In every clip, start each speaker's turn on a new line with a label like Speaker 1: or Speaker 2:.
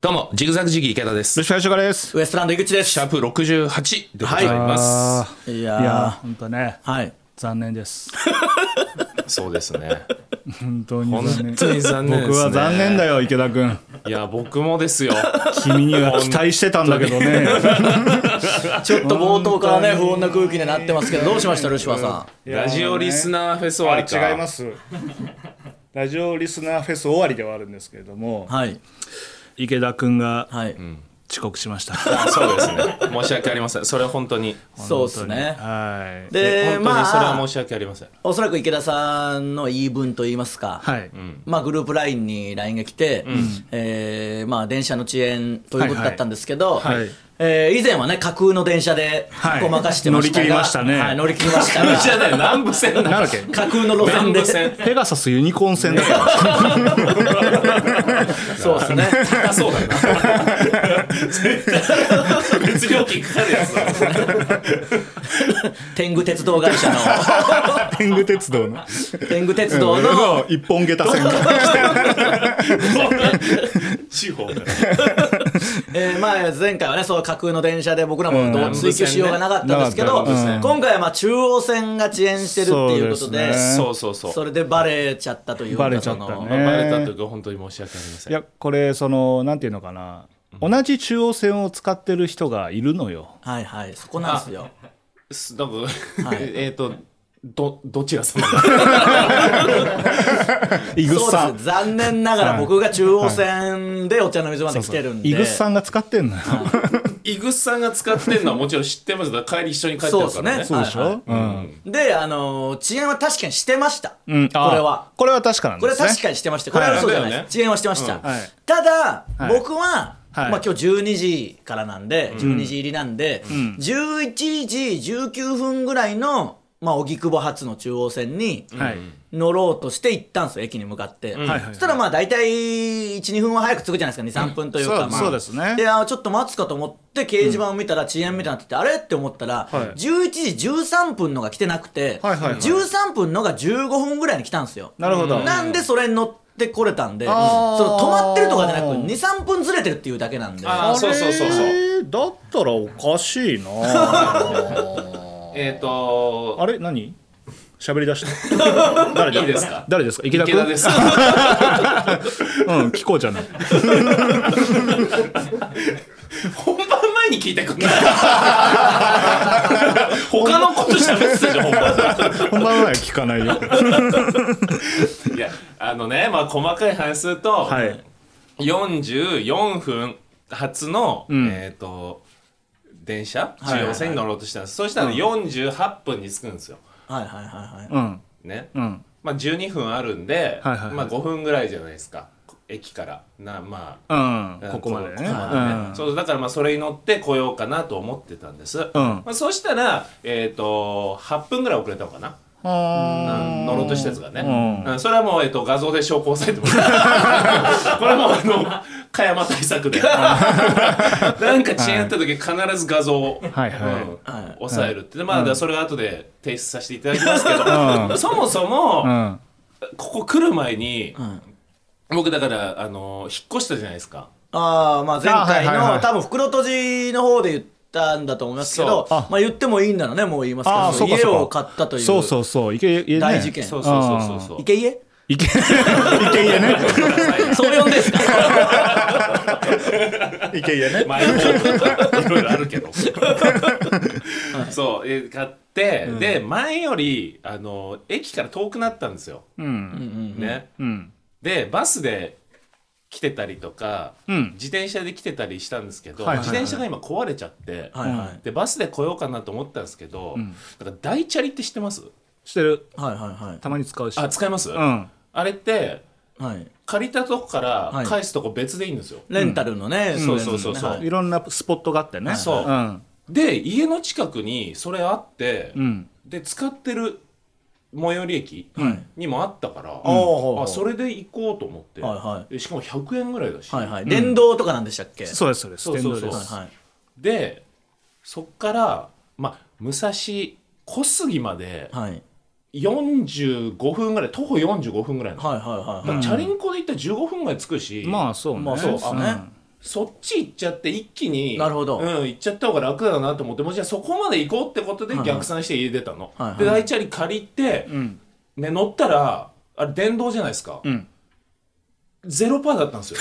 Speaker 1: どうも、ジグザグジギー池田です。
Speaker 2: よし、林岡です。
Speaker 3: ウエストランド井口です。
Speaker 1: シャープ68でございます。
Speaker 3: い
Speaker 2: い
Speaker 3: や
Speaker 2: やー、本当ね、
Speaker 3: ー、はい。
Speaker 2: 残念です。
Speaker 1: そうですね。
Speaker 2: 本当に残
Speaker 1: 本
Speaker 2: 念。
Speaker 1: 当に残念です、ね。
Speaker 2: 僕は残念だよ、池田君。
Speaker 1: いや、僕もですよ。
Speaker 2: 君には期待してたんだけどね。
Speaker 3: ちょっと冒頭からね、不穏な空気になってますけど、どうしました、ルシファーさ
Speaker 1: ラジオリスナーフェス終わ
Speaker 4: あ
Speaker 1: りか。
Speaker 4: 違います ラジオリスナーフェス終わりではあるんですけれども
Speaker 3: ん。はい。
Speaker 2: 池田君が
Speaker 3: はい。
Speaker 2: 遅刻しました。
Speaker 1: あ。そうですね。申し訳ありません。それは本当に。
Speaker 3: そうですね。
Speaker 2: はい。
Speaker 3: で、
Speaker 1: 本当
Speaker 3: ま
Speaker 1: にそれは
Speaker 3: あ
Speaker 1: 申、し訳ありません。
Speaker 3: おそらく池田さんの言い分といいますか、
Speaker 2: はい。
Speaker 3: まあ、グループ LINE に LINE が来て、えーまあ、電車の遅延ということだったんですけど、
Speaker 2: はいはい
Speaker 3: えー以前はね、架空の電車で
Speaker 2: はい
Speaker 3: ごまかしてました
Speaker 2: 乗
Speaker 3: が、
Speaker 2: り切りましたね
Speaker 3: はい乗り切り ましたが
Speaker 1: じゃない、南部線
Speaker 2: な
Speaker 1: だ。
Speaker 2: んだっけ
Speaker 3: 架空の路線
Speaker 1: 南
Speaker 3: で
Speaker 1: 部。線。
Speaker 2: ペガサスユニコーン戦だから。
Speaker 3: そうで すね。
Speaker 1: 高そうだな。絶対。別料金かかるやつだ。
Speaker 3: 天狗鉄道 会社の、
Speaker 2: 天狗鉄道の。
Speaker 3: 天狗鉄道の、
Speaker 2: 一本下駄線が。
Speaker 1: 地方だ。
Speaker 3: えーまあ前回はねそう架空の電車で僕らもどう追求しようがなかったんですけど、
Speaker 2: うんうん
Speaker 3: 今回はまあ中央線が遅延してるっていうこと
Speaker 2: そう
Speaker 3: で
Speaker 2: ですね
Speaker 1: そうそうそう。
Speaker 3: それでバレちゃったというか
Speaker 2: バレちゃったね
Speaker 3: その
Speaker 1: まあバレた時は本当に申し訳ありません
Speaker 2: い。や、これ、その、なんていうのかな。同じ中央線を使ってる人がいるのよ。
Speaker 3: はいはいそこなんですよ
Speaker 1: すなんか、
Speaker 3: い
Speaker 1: えっと、ど、どちら様
Speaker 2: イグス
Speaker 3: そ
Speaker 2: さ
Speaker 3: うで
Speaker 2: ん
Speaker 3: す。残念ながら僕が中央線でお茶の水まで来てるんで
Speaker 2: イグスさんが使ってんのよ。
Speaker 1: イグスさんが使ってんのはもちろん知ってます。だから帰り一緒に帰って
Speaker 3: そう
Speaker 1: る
Speaker 3: です
Speaker 1: から
Speaker 3: ね
Speaker 1: ね。
Speaker 2: そうでし
Speaker 3: はいは
Speaker 2: ょうん。
Speaker 3: いであのー遅延は確かにしてました、
Speaker 2: うん、あー
Speaker 3: これは
Speaker 2: これは確かなん
Speaker 3: こ
Speaker 2: で
Speaker 3: れ
Speaker 2: す
Speaker 3: は
Speaker 2: ね
Speaker 3: 確かにしてましたこれは嘘じゃないです、
Speaker 1: はい
Speaker 3: 遅延はしてました、
Speaker 2: はい
Speaker 3: ただ、
Speaker 2: はい
Speaker 3: 僕は、
Speaker 2: はい
Speaker 3: まあ、今日12時からなんで、12時入りなんで、11時19分ぐらいの、まあ、荻窪発の中央線に
Speaker 2: はい
Speaker 3: 乗ろうとして行ったんですよ駅に向かって、
Speaker 2: はいはい
Speaker 3: そしたらまあ大体12分は早く着くじゃないですか23分というか、
Speaker 2: そう
Speaker 3: まあ、
Speaker 2: そうですね
Speaker 3: であーちょっと待つかと思って掲示板を見たら遅延みたいになってて、あれって思ったら、
Speaker 2: はい
Speaker 3: 11時13分のが来てなくて、
Speaker 2: はいはいはい
Speaker 3: 13分のが15分ぐらいに来たんですよ
Speaker 2: なるほど
Speaker 3: なんでそれに乗ってこれたんで、そ
Speaker 2: あー
Speaker 3: の止まってるとかじゃなく、2、3分ずれてるっていうだけなんで、
Speaker 1: あーそうそうそうそう。
Speaker 2: えーだったらおかしいな
Speaker 1: えっと、
Speaker 2: あれ何喋り出した誰だ
Speaker 1: いいですか
Speaker 2: 誰ですか池田
Speaker 1: 池
Speaker 2: 君
Speaker 1: 田 です。
Speaker 2: うん聞こうじゃない
Speaker 1: 本番前に聞いてくんない他のこと喋ってたじゃん、本番。
Speaker 2: 本番は聞かないよ
Speaker 1: いや、あのね、まあ細かい話すると、
Speaker 2: はい
Speaker 1: 44分発の、
Speaker 2: ん
Speaker 1: えっと、電車中央線に乗ろうとしたんです。そうしたら48分に着くんですよ。
Speaker 3: はいはいはいはい。
Speaker 2: うん
Speaker 1: ね。
Speaker 2: うん
Speaker 1: まあ、12分あるんで、
Speaker 2: はいはいはい
Speaker 1: まあ、5分ぐらいじゃないですか駅からなまあ
Speaker 2: う
Speaker 1: う
Speaker 2: ん
Speaker 1: ん
Speaker 2: ここまでね
Speaker 1: ここまでねそうだからまあそれに乗って来ようかなと思ってたんです、まあ、そうしたら、えー、と8分ぐらい遅れたのかな、うん乗ろうとしたやつがね、
Speaker 2: う
Speaker 1: うんそれはもう、えー、と画像で証拠押さえてもら うこれはもうあの加山対策で なんか遅延あった時必ず画像を、
Speaker 2: はいはい
Speaker 1: うん
Speaker 3: はい
Speaker 1: 抑えるって、でまあだからそれは後で提出させていただきますけど、
Speaker 2: うん
Speaker 1: そもそも、
Speaker 2: うん
Speaker 1: ここ来る前に、
Speaker 3: ん
Speaker 1: 僕だからあの引っ越したじゃないですか
Speaker 3: ああ、まあ前回
Speaker 2: あはいはいは
Speaker 3: の、
Speaker 2: い
Speaker 3: 多分袋閉じの方で言ったんだと思いますけど
Speaker 1: そ、
Speaker 3: まあ言ってもいいんだろうね、もう言いますけ
Speaker 2: あ
Speaker 3: ど、
Speaker 2: あそうか
Speaker 3: 家
Speaker 2: そうか
Speaker 3: を買ったという。
Speaker 2: そうそうそう池家ね
Speaker 3: 大事件
Speaker 1: そうそうそうそうそう
Speaker 3: 池家
Speaker 2: 池池家ね
Speaker 3: そう呼んでんすか
Speaker 2: 池家ね
Speaker 1: 前もいろいろあるけど そうえ買って、で前よりあの駅から遠くなったんですよ、
Speaker 2: うん
Speaker 1: ね
Speaker 2: うん
Speaker 1: でバスで来てたりとか、
Speaker 2: うん
Speaker 1: 自転車で来てたりしたんですけど、
Speaker 2: はいはいはい
Speaker 1: 自転車が今壊れちゃって、
Speaker 3: はいはい。
Speaker 1: でバスで来ようかなと思ったんですけど、なんか大チャリって知ってます
Speaker 2: してる
Speaker 3: はいはい
Speaker 2: たまに使うし
Speaker 1: あ使います、
Speaker 2: うん
Speaker 1: あれって
Speaker 3: はい。はい。
Speaker 1: 借りたとこから
Speaker 3: はい
Speaker 1: 返すとこ別でいいんですよ、
Speaker 3: レンタルのね、
Speaker 1: そう
Speaker 3: いのね
Speaker 1: そうそうそう
Speaker 3: はい
Speaker 2: いろんなスポットがあってね
Speaker 1: そうんで家の近くにそれあって、
Speaker 2: うん
Speaker 1: で使ってる最寄り駅
Speaker 3: はい
Speaker 1: にもあったから、
Speaker 3: ー
Speaker 1: あそれで行こうと思って、
Speaker 3: はいは
Speaker 1: でしかも100円ぐらいだし、
Speaker 3: はいはい。電動とかなんでしたっけ
Speaker 2: そうですそうです
Speaker 1: そうそうそう
Speaker 2: 電動
Speaker 3: は
Speaker 2: で
Speaker 3: い
Speaker 2: す
Speaker 3: はい。
Speaker 1: でそっから、まあ、武蔵小杉まで
Speaker 3: はい
Speaker 1: 45分ぐらい徒歩45分ぐらいなの、
Speaker 3: はいはいはいはい
Speaker 1: だからチャリンコで行ったら15分ぐらい着くし、
Speaker 2: まあそうね
Speaker 3: まあそうですね
Speaker 2: ん
Speaker 1: そっち行っちゃって一気に
Speaker 3: なるほど
Speaker 1: うん、行っちゃった方が楽だなと思ってもうじゃあそこまで行こうってことで
Speaker 3: はい
Speaker 1: 逆算して家出たの、
Speaker 3: はいはい
Speaker 1: で大チャリ借りて、
Speaker 5: うん
Speaker 1: ね、乗ったらあれ電動じゃないですか、
Speaker 5: ん
Speaker 1: ゼロパーだったんですよ。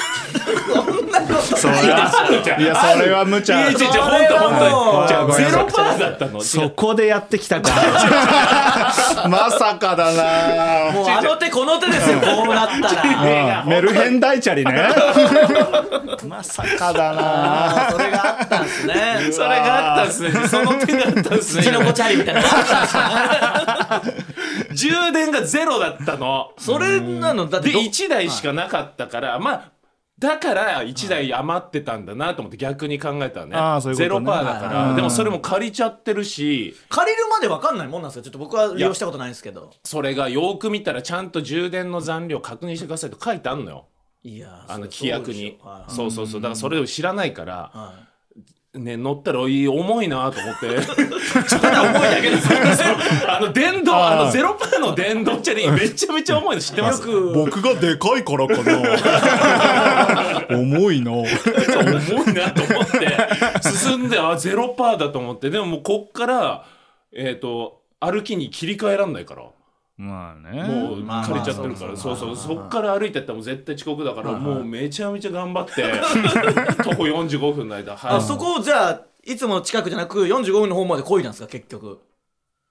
Speaker 2: それはいやそれは無
Speaker 1: い
Speaker 2: 茶
Speaker 1: やいやいや本当
Speaker 2: じゃ
Speaker 1: 本
Speaker 2: あご
Speaker 1: 当
Speaker 2: めん
Speaker 1: ゼ
Speaker 2: なさい
Speaker 1: ロパーだったの。
Speaker 2: そこでやってきたかまさかだ
Speaker 3: もうあの手この手で すよこうなった
Speaker 2: な
Speaker 3: ら
Speaker 2: うんメルヘン大チャリねまさかだな
Speaker 3: あーそれがあったんですね
Speaker 1: それがあったんです ね。その手だったんですね
Speaker 3: うち。の子チャリみた いなのがあったんですよ
Speaker 1: 充電がゼロだったの。
Speaker 3: それなのだって
Speaker 1: で
Speaker 3: ど
Speaker 1: 1台しかなかったから、まあだから1台余ってたんだなと思って逆に考えたらね
Speaker 2: ああそういうこ
Speaker 1: ゼ
Speaker 2: と
Speaker 1: ロ
Speaker 2: ね
Speaker 1: パーだか
Speaker 3: はい
Speaker 1: らでもそれも借りちゃってるし
Speaker 3: 借りるまで分かんないもんなんですかちょっと僕は利用したことないんですけど
Speaker 1: それがよく見たらちゃんと充電の残量確認してくださいと書いてあんのよ
Speaker 3: いやー
Speaker 1: あの
Speaker 3: そ
Speaker 1: 規
Speaker 3: りゃ
Speaker 1: 約に
Speaker 3: そ
Speaker 1: そ
Speaker 3: うでしょ
Speaker 1: うそうそうだからそれを知らないから
Speaker 3: はいはい
Speaker 1: ね乗ったらいい重いなと 思ってただ重いだけです あの電動あのゼロパーの電動チャリめちゃめちゃ重いの知ってます
Speaker 2: 僕がでかいからか な重いな
Speaker 1: 重いなと思って進んであゼロパーだと思ってでももうこっから、えー、と歩きに切り替えらんないから
Speaker 2: まあね
Speaker 1: もう
Speaker 3: まあまあ
Speaker 1: 枯れちゃってるから
Speaker 3: そ
Speaker 1: そうう
Speaker 3: そ
Speaker 1: そうう
Speaker 3: そう
Speaker 1: そっから歩いてったらもう絶対遅刻だからもうめちゃめちゃ頑張って徒歩45分の間は
Speaker 3: あ
Speaker 1: い
Speaker 3: そこをじゃあいつもの近くじゃなく45分の方まで漕いだんですか結局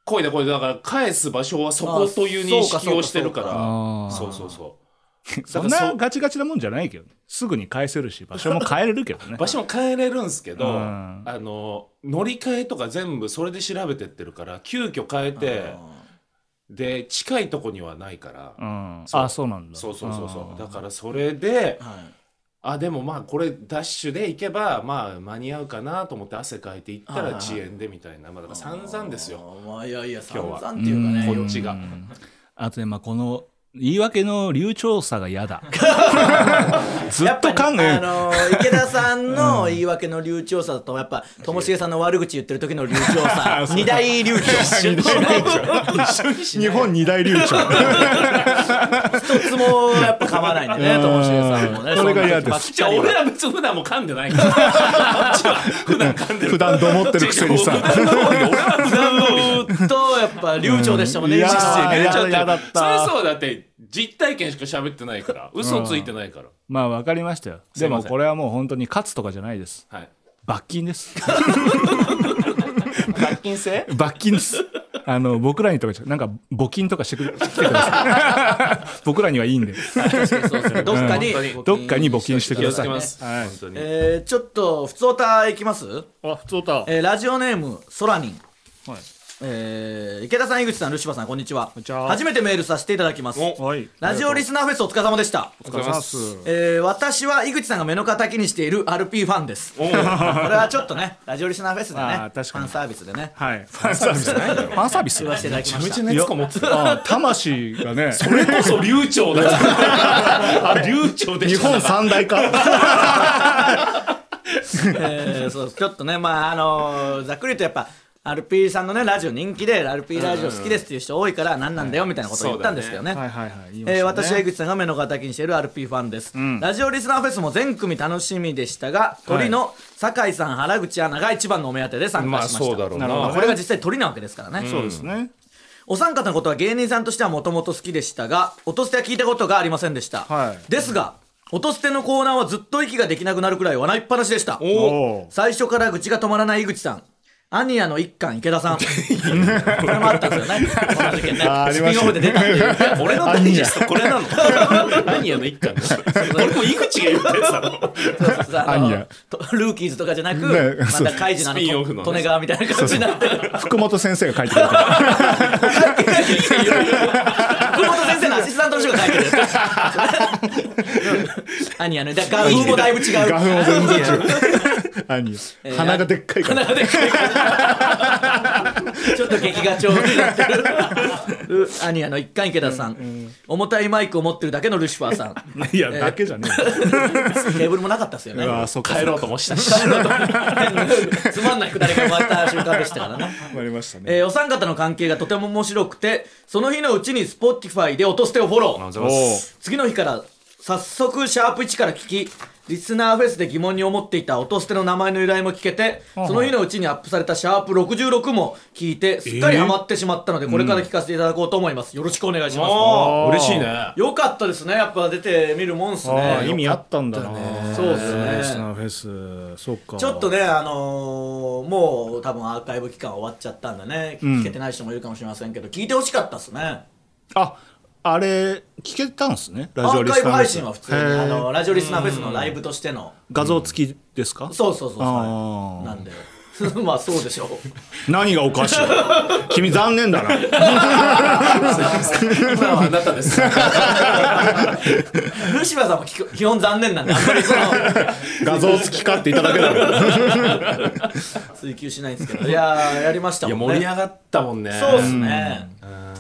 Speaker 1: こいだこいだだから返す場所はそこという認識をしてるから
Speaker 2: あそう
Speaker 1: そ
Speaker 2: か
Speaker 1: うそうそ
Speaker 2: そんなガチガチなもんじゃないけどすぐに返せるし場所も変えれるけ どね
Speaker 1: う場所も変えれるんですけど、
Speaker 2: うん
Speaker 1: あの乗り換えとか全部それで調べてってるから急遽変えて。で近いとこにはないから、
Speaker 2: うん
Speaker 1: そう
Speaker 2: あそうなんだ
Speaker 1: そうそうそうそうだ
Speaker 2: ん
Speaker 1: からそれで
Speaker 3: はい
Speaker 1: あでもまあこれダッシュで行けばまあ間に合うかなと思って汗かいて行った
Speaker 3: はい
Speaker 1: ら
Speaker 3: はい
Speaker 1: 遅延でみたいな、まあ、だから散々ですよ
Speaker 3: あーまあいやいや散
Speaker 1: 日は
Speaker 3: 々っていうかね
Speaker 1: こっちが
Speaker 2: うんあとねまあこの言い訳の流暢さが嫌だず
Speaker 3: や
Speaker 2: っ
Speaker 3: っぱ
Speaker 2: と
Speaker 3: り
Speaker 2: 勘が
Speaker 3: あのー池田さんの言い訳の流暢さとやっぱともしげさんの悪口言ってる時の流暢 さ二大流暢一
Speaker 2: 日本二大流暢
Speaker 3: つもやっぱ噛まないんでねともしげさんもね
Speaker 2: それが嫌です
Speaker 1: じゃあ俺ら別に普段も噛んでないからこっちは普段噛んでる
Speaker 2: 普段どもってるくせにさ
Speaker 1: 違う普段通り俺は普段通り
Speaker 3: ずっとやっぱ流暢でしたもんね
Speaker 2: うんいや
Speaker 3: 一時
Speaker 2: ー
Speaker 3: ね
Speaker 1: やっちゃ
Speaker 2: ややだっ
Speaker 1: そ
Speaker 2: た
Speaker 1: れそうだって実体験しか喋ってないから嘘ついてないから、
Speaker 2: まあわかりましたよ
Speaker 1: す
Speaker 2: で
Speaker 1: いません
Speaker 2: もこれはもう本当に勝つとかじゃないです
Speaker 1: はい
Speaker 2: 罰金です
Speaker 1: 罰金制
Speaker 2: 罰金ですあの僕らにとかじゃなんか募金とかしてくしてください 僕らにはいいんで
Speaker 3: どっかに
Speaker 1: うん
Speaker 2: どっかに募金してく
Speaker 1: 気
Speaker 2: だ
Speaker 1: をつ
Speaker 2: さい
Speaker 1: けます、
Speaker 2: はい
Speaker 1: 本当に、
Speaker 3: えーちょっと普通歌いきます
Speaker 5: あ普通だ
Speaker 3: えーラジオネームソラニン
Speaker 5: はい
Speaker 3: えー池田さん、井口さん、ルシファーさん、こんにちは
Speaker 5: んにちは
Speaker 3: 初めてメールさせていただきます。
Speaker 5: はい
Speaker 3: ラジオリスナーフェスお疲れ様でした。
Speaker 1: お疲れ様です
Speaker 3: えー私は井口さんが目の敵にしている RP ファンです。これはちょっとね、ラジオリスナーフェスでね、フ
Speaker 2: あー確か
Speaker 3: ァ
Speaker 2: に
Speaker 3: ンサービスでね、
Speaker 2: はいファンサービスねファンサービス
Speaker 3: 言わせていただきました。
Speaker 1: めちゃ熱こもってた
Speaker 2: あ魂がね
Speaker 1: これこそ流暢だあ流暢で
Speaker 2: 日
Speaker 1: した
Speaker 2: 本三大か
Speaker 3: えーそうちょっとね、まああのーざっくりとやっぱ、RP さんのね、ラジオ人気で、RP ラジオ好きですっていう人多いから、何なんだよみたいなことを言ったんですけどね。
Speaker 2: はいはいはい言いましたね
Speaker 3: えー私は江口さんが目の敵にしている RP ファンです、ラジオリスナーフェスも全組楽しみでしたが鳥の酒井さん原口アナが一番のお目当てで参加しました、
Speaker 1: う
Speaker 2: なるほど
Speaker 3: まあこれが実際鳥なわけですからね、
Speaker 2: そうですね
Speaker 3: お三方のことは芸人さんとしてはもともと好きでしたが音捨ては聞いたことがありませんでした、
Speaker 2: はい
Speaker 3: ですが音捨てのコーナーはずっと息ができなくなるくらい笑いっぱなしでした
Speaker 2: おお
Speaker 3: 最初から口が止まらない井口さんアニヤの一巻池 田さんこれもあったんですよねこの事件ね
Speaker 2: あーあり
Speaker 3: ス
Speaker 2: ま
Speaker 3: ピ
Speaker 2: し
Speaker 3: ン
Speaker 2: た
Speaker 3: オフで出たっていう
Speaker 1: 俺のダイジェストこれなの何やの一巻だ俺も井口が言ったやつだろ
Speaker 3: あ
Speaker 2: ア
Speaker 3: の
Speaker 2: ニヤ
Speaker 3: とルーキーズとかじゃなく、
Speaker 2: ね
Speaker 3: ま
Speaker 2: そう
Speaker 3: たカイジのあ
Speaker 1: スピンオフ
Speaker 3: の
Speaker 1: の
Speaker 3: 利根川みたいな感じになってる
Speaker 2: 福本先生が書いてくれた
Speaker 3: 福本先生のアシスタントの人が書いてるアニヤのだから画風もだいぶ違う
Speaker 2: 画風も全然違うアニヤ鼻がでっかいから
Speaker 3: 鼻がでっかいちょっと劇が長になってるうアニヤの一貫池田さん、重たいマイクを持ってるだけのルシファーさん
Speaker 2: いやだけじゃね
Speaker 3: テーブルもなかったですよ
Speaker 2: え
Speaker 3: ね
Speaker 2: うわそうか
Speaker 1: 帰ろうともしたし
Speaker 3: つまんないくだりが終わった瞬間でしたからね
Speaker 2: なりましたね
Speaker 3: えーお三方の関係がとても面白くてその日のうちに Spotify で音捨てをフォロー
Speaker 2: お
Speaker 1: お
Speaker 3: 次の日から早速シャープ1から聞きリスナーフェスで疑問に思っていた音捨ての名前の由来も聞けて、その日のうちにアップされたシャープ66も聞いて、すっかりハマってしまったので、これから聞かせていただこうと思います。よろしくお願いしま
Speaker 1: あー嬉しいね
Speaker 3: す。よかったですね。やっぱ出てみるもんっす
Speaker 2: ああ
Speaker 3: ね。
Speaker 2: 意味あったんだな
Speaker 3: そうっすね
Speaker 2: リスナーフェスそっか
Speaker 3: ちょっとね、あのーもう多分アーカイブ期間終わっちゃったんでね、聞けてない人もいるかもしれませんけど、聞いてほしかったっすね。
Speaker 2: ああれ聞けたんですね
Speaker 3: ア
Speaker 2: ラジオ
Speaker 3: ー
Speaker 2: リ
Speaker 3: カイ
Speaker 2: スナーフ
Speaker 3: ブ
Speaker 2: ェ
Speaker 3: 配
Speaker 2: ス
Speaker 3: 信は普通に、
Speaker 2: へー
Speaker 3: あの、ラジオリスナーフェスのライブとしての、
Speaker 2: 画像付きですか、
Speaker 3: そうそうそうそう、
Speaker 2: あー
Speaker 3: なんで。 まあそうでしょう。
Speaker 2: 何がおかしい 君残念だな
Speaker 1: 今はあなたです。
Speaker 3: ルシファーさんも基本基本残念なんで、あんまりその、
Speaker 2: 画像付きかっていただけだろ
Speaker 3: 追求しないんですけど。いやー、やりました
Speaker 1: いや
Speaker 3: もん
Speaker 1: 盛
Speaker 3: ね。
Speaker 1: り上がったもんね。
Speaker 3: そうですね。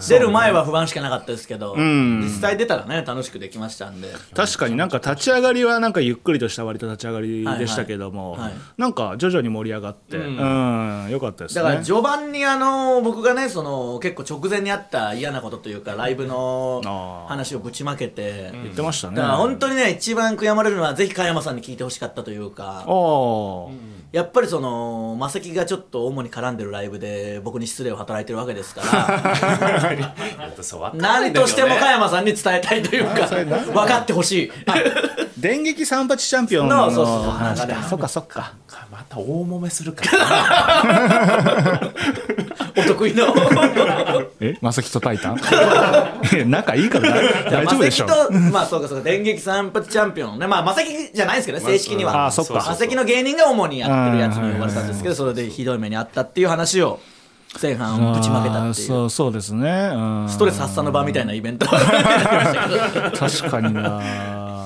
Speaker 3: 出る前は不安しかなかったですけど、実際出たらね、楽しくできましたんで。
Speaker 2: 確かになんか立ち上がりはなんかゆっくりとした割と立ち上がりでしたけども、
Speaker 3: はいはいはい
Speaker 2: なんか徐々に盛り上がって、うんよかったです
Speaker 3: だ
Speaker 2: ね
Speaker 3: から序盤にあの僕がねその結構直前にあった嫌なことというかライブの
Speaker 2: あー
Speaker 3: 話をぶちまけて、
Speaker 2: 言ってましたね
Speaker 3: だから本当にね一番悔やまれるのはぜひ加山さんに聞いてほしかったというか
Speaker 2: ああ、
Speaker 3: やっぱりそのマセキがちょっと主に絡んでるライブで僕に失礼を働いてるわけですから
Speaker 1: やっぱそうわかんない
Speaker 3: 何
Speaker 1: んだ
Speaker 3: と
Speaker 1: け
Speaker 3: し
Speaker 1: ど
Speaker 3: て
Speaker 1: ね
Speaker 3: も加 山さんに伝えたいというか分かってほしい
Speaker 2: 電撃三八チャンピオン
Speaker 3: そ
Speaker 2: の
Speaker 3: うそうそう
Speaker 2: 話
Speaker 3: 流れ
Speaker 2: かそっかそっか
Speaker 1: また大揉めするからな。
Speaker 3: お得意の
Speaker 6: えマセキとタイ タンいや仲いいから 大大丈夫でしょ
Speaker 3: マセキとまあそうかそうか電撃三発チャンピオンのねまあマセキじゃないんですけどね正式には、
Speaker 2: あーそっか
Speaker 3: マセキの芸人が主にやってるやつに呼ばれたんですけどそれでひどい目にあったっていう話を前半ぶちまけた
Speaker 2: あー
Speaker 3: ってい
Speaker 2: そううそうですね、うん、
Speaker 3: ストレス発散の場みたいなイベントやってましたけど
Speaker 2: 確かに な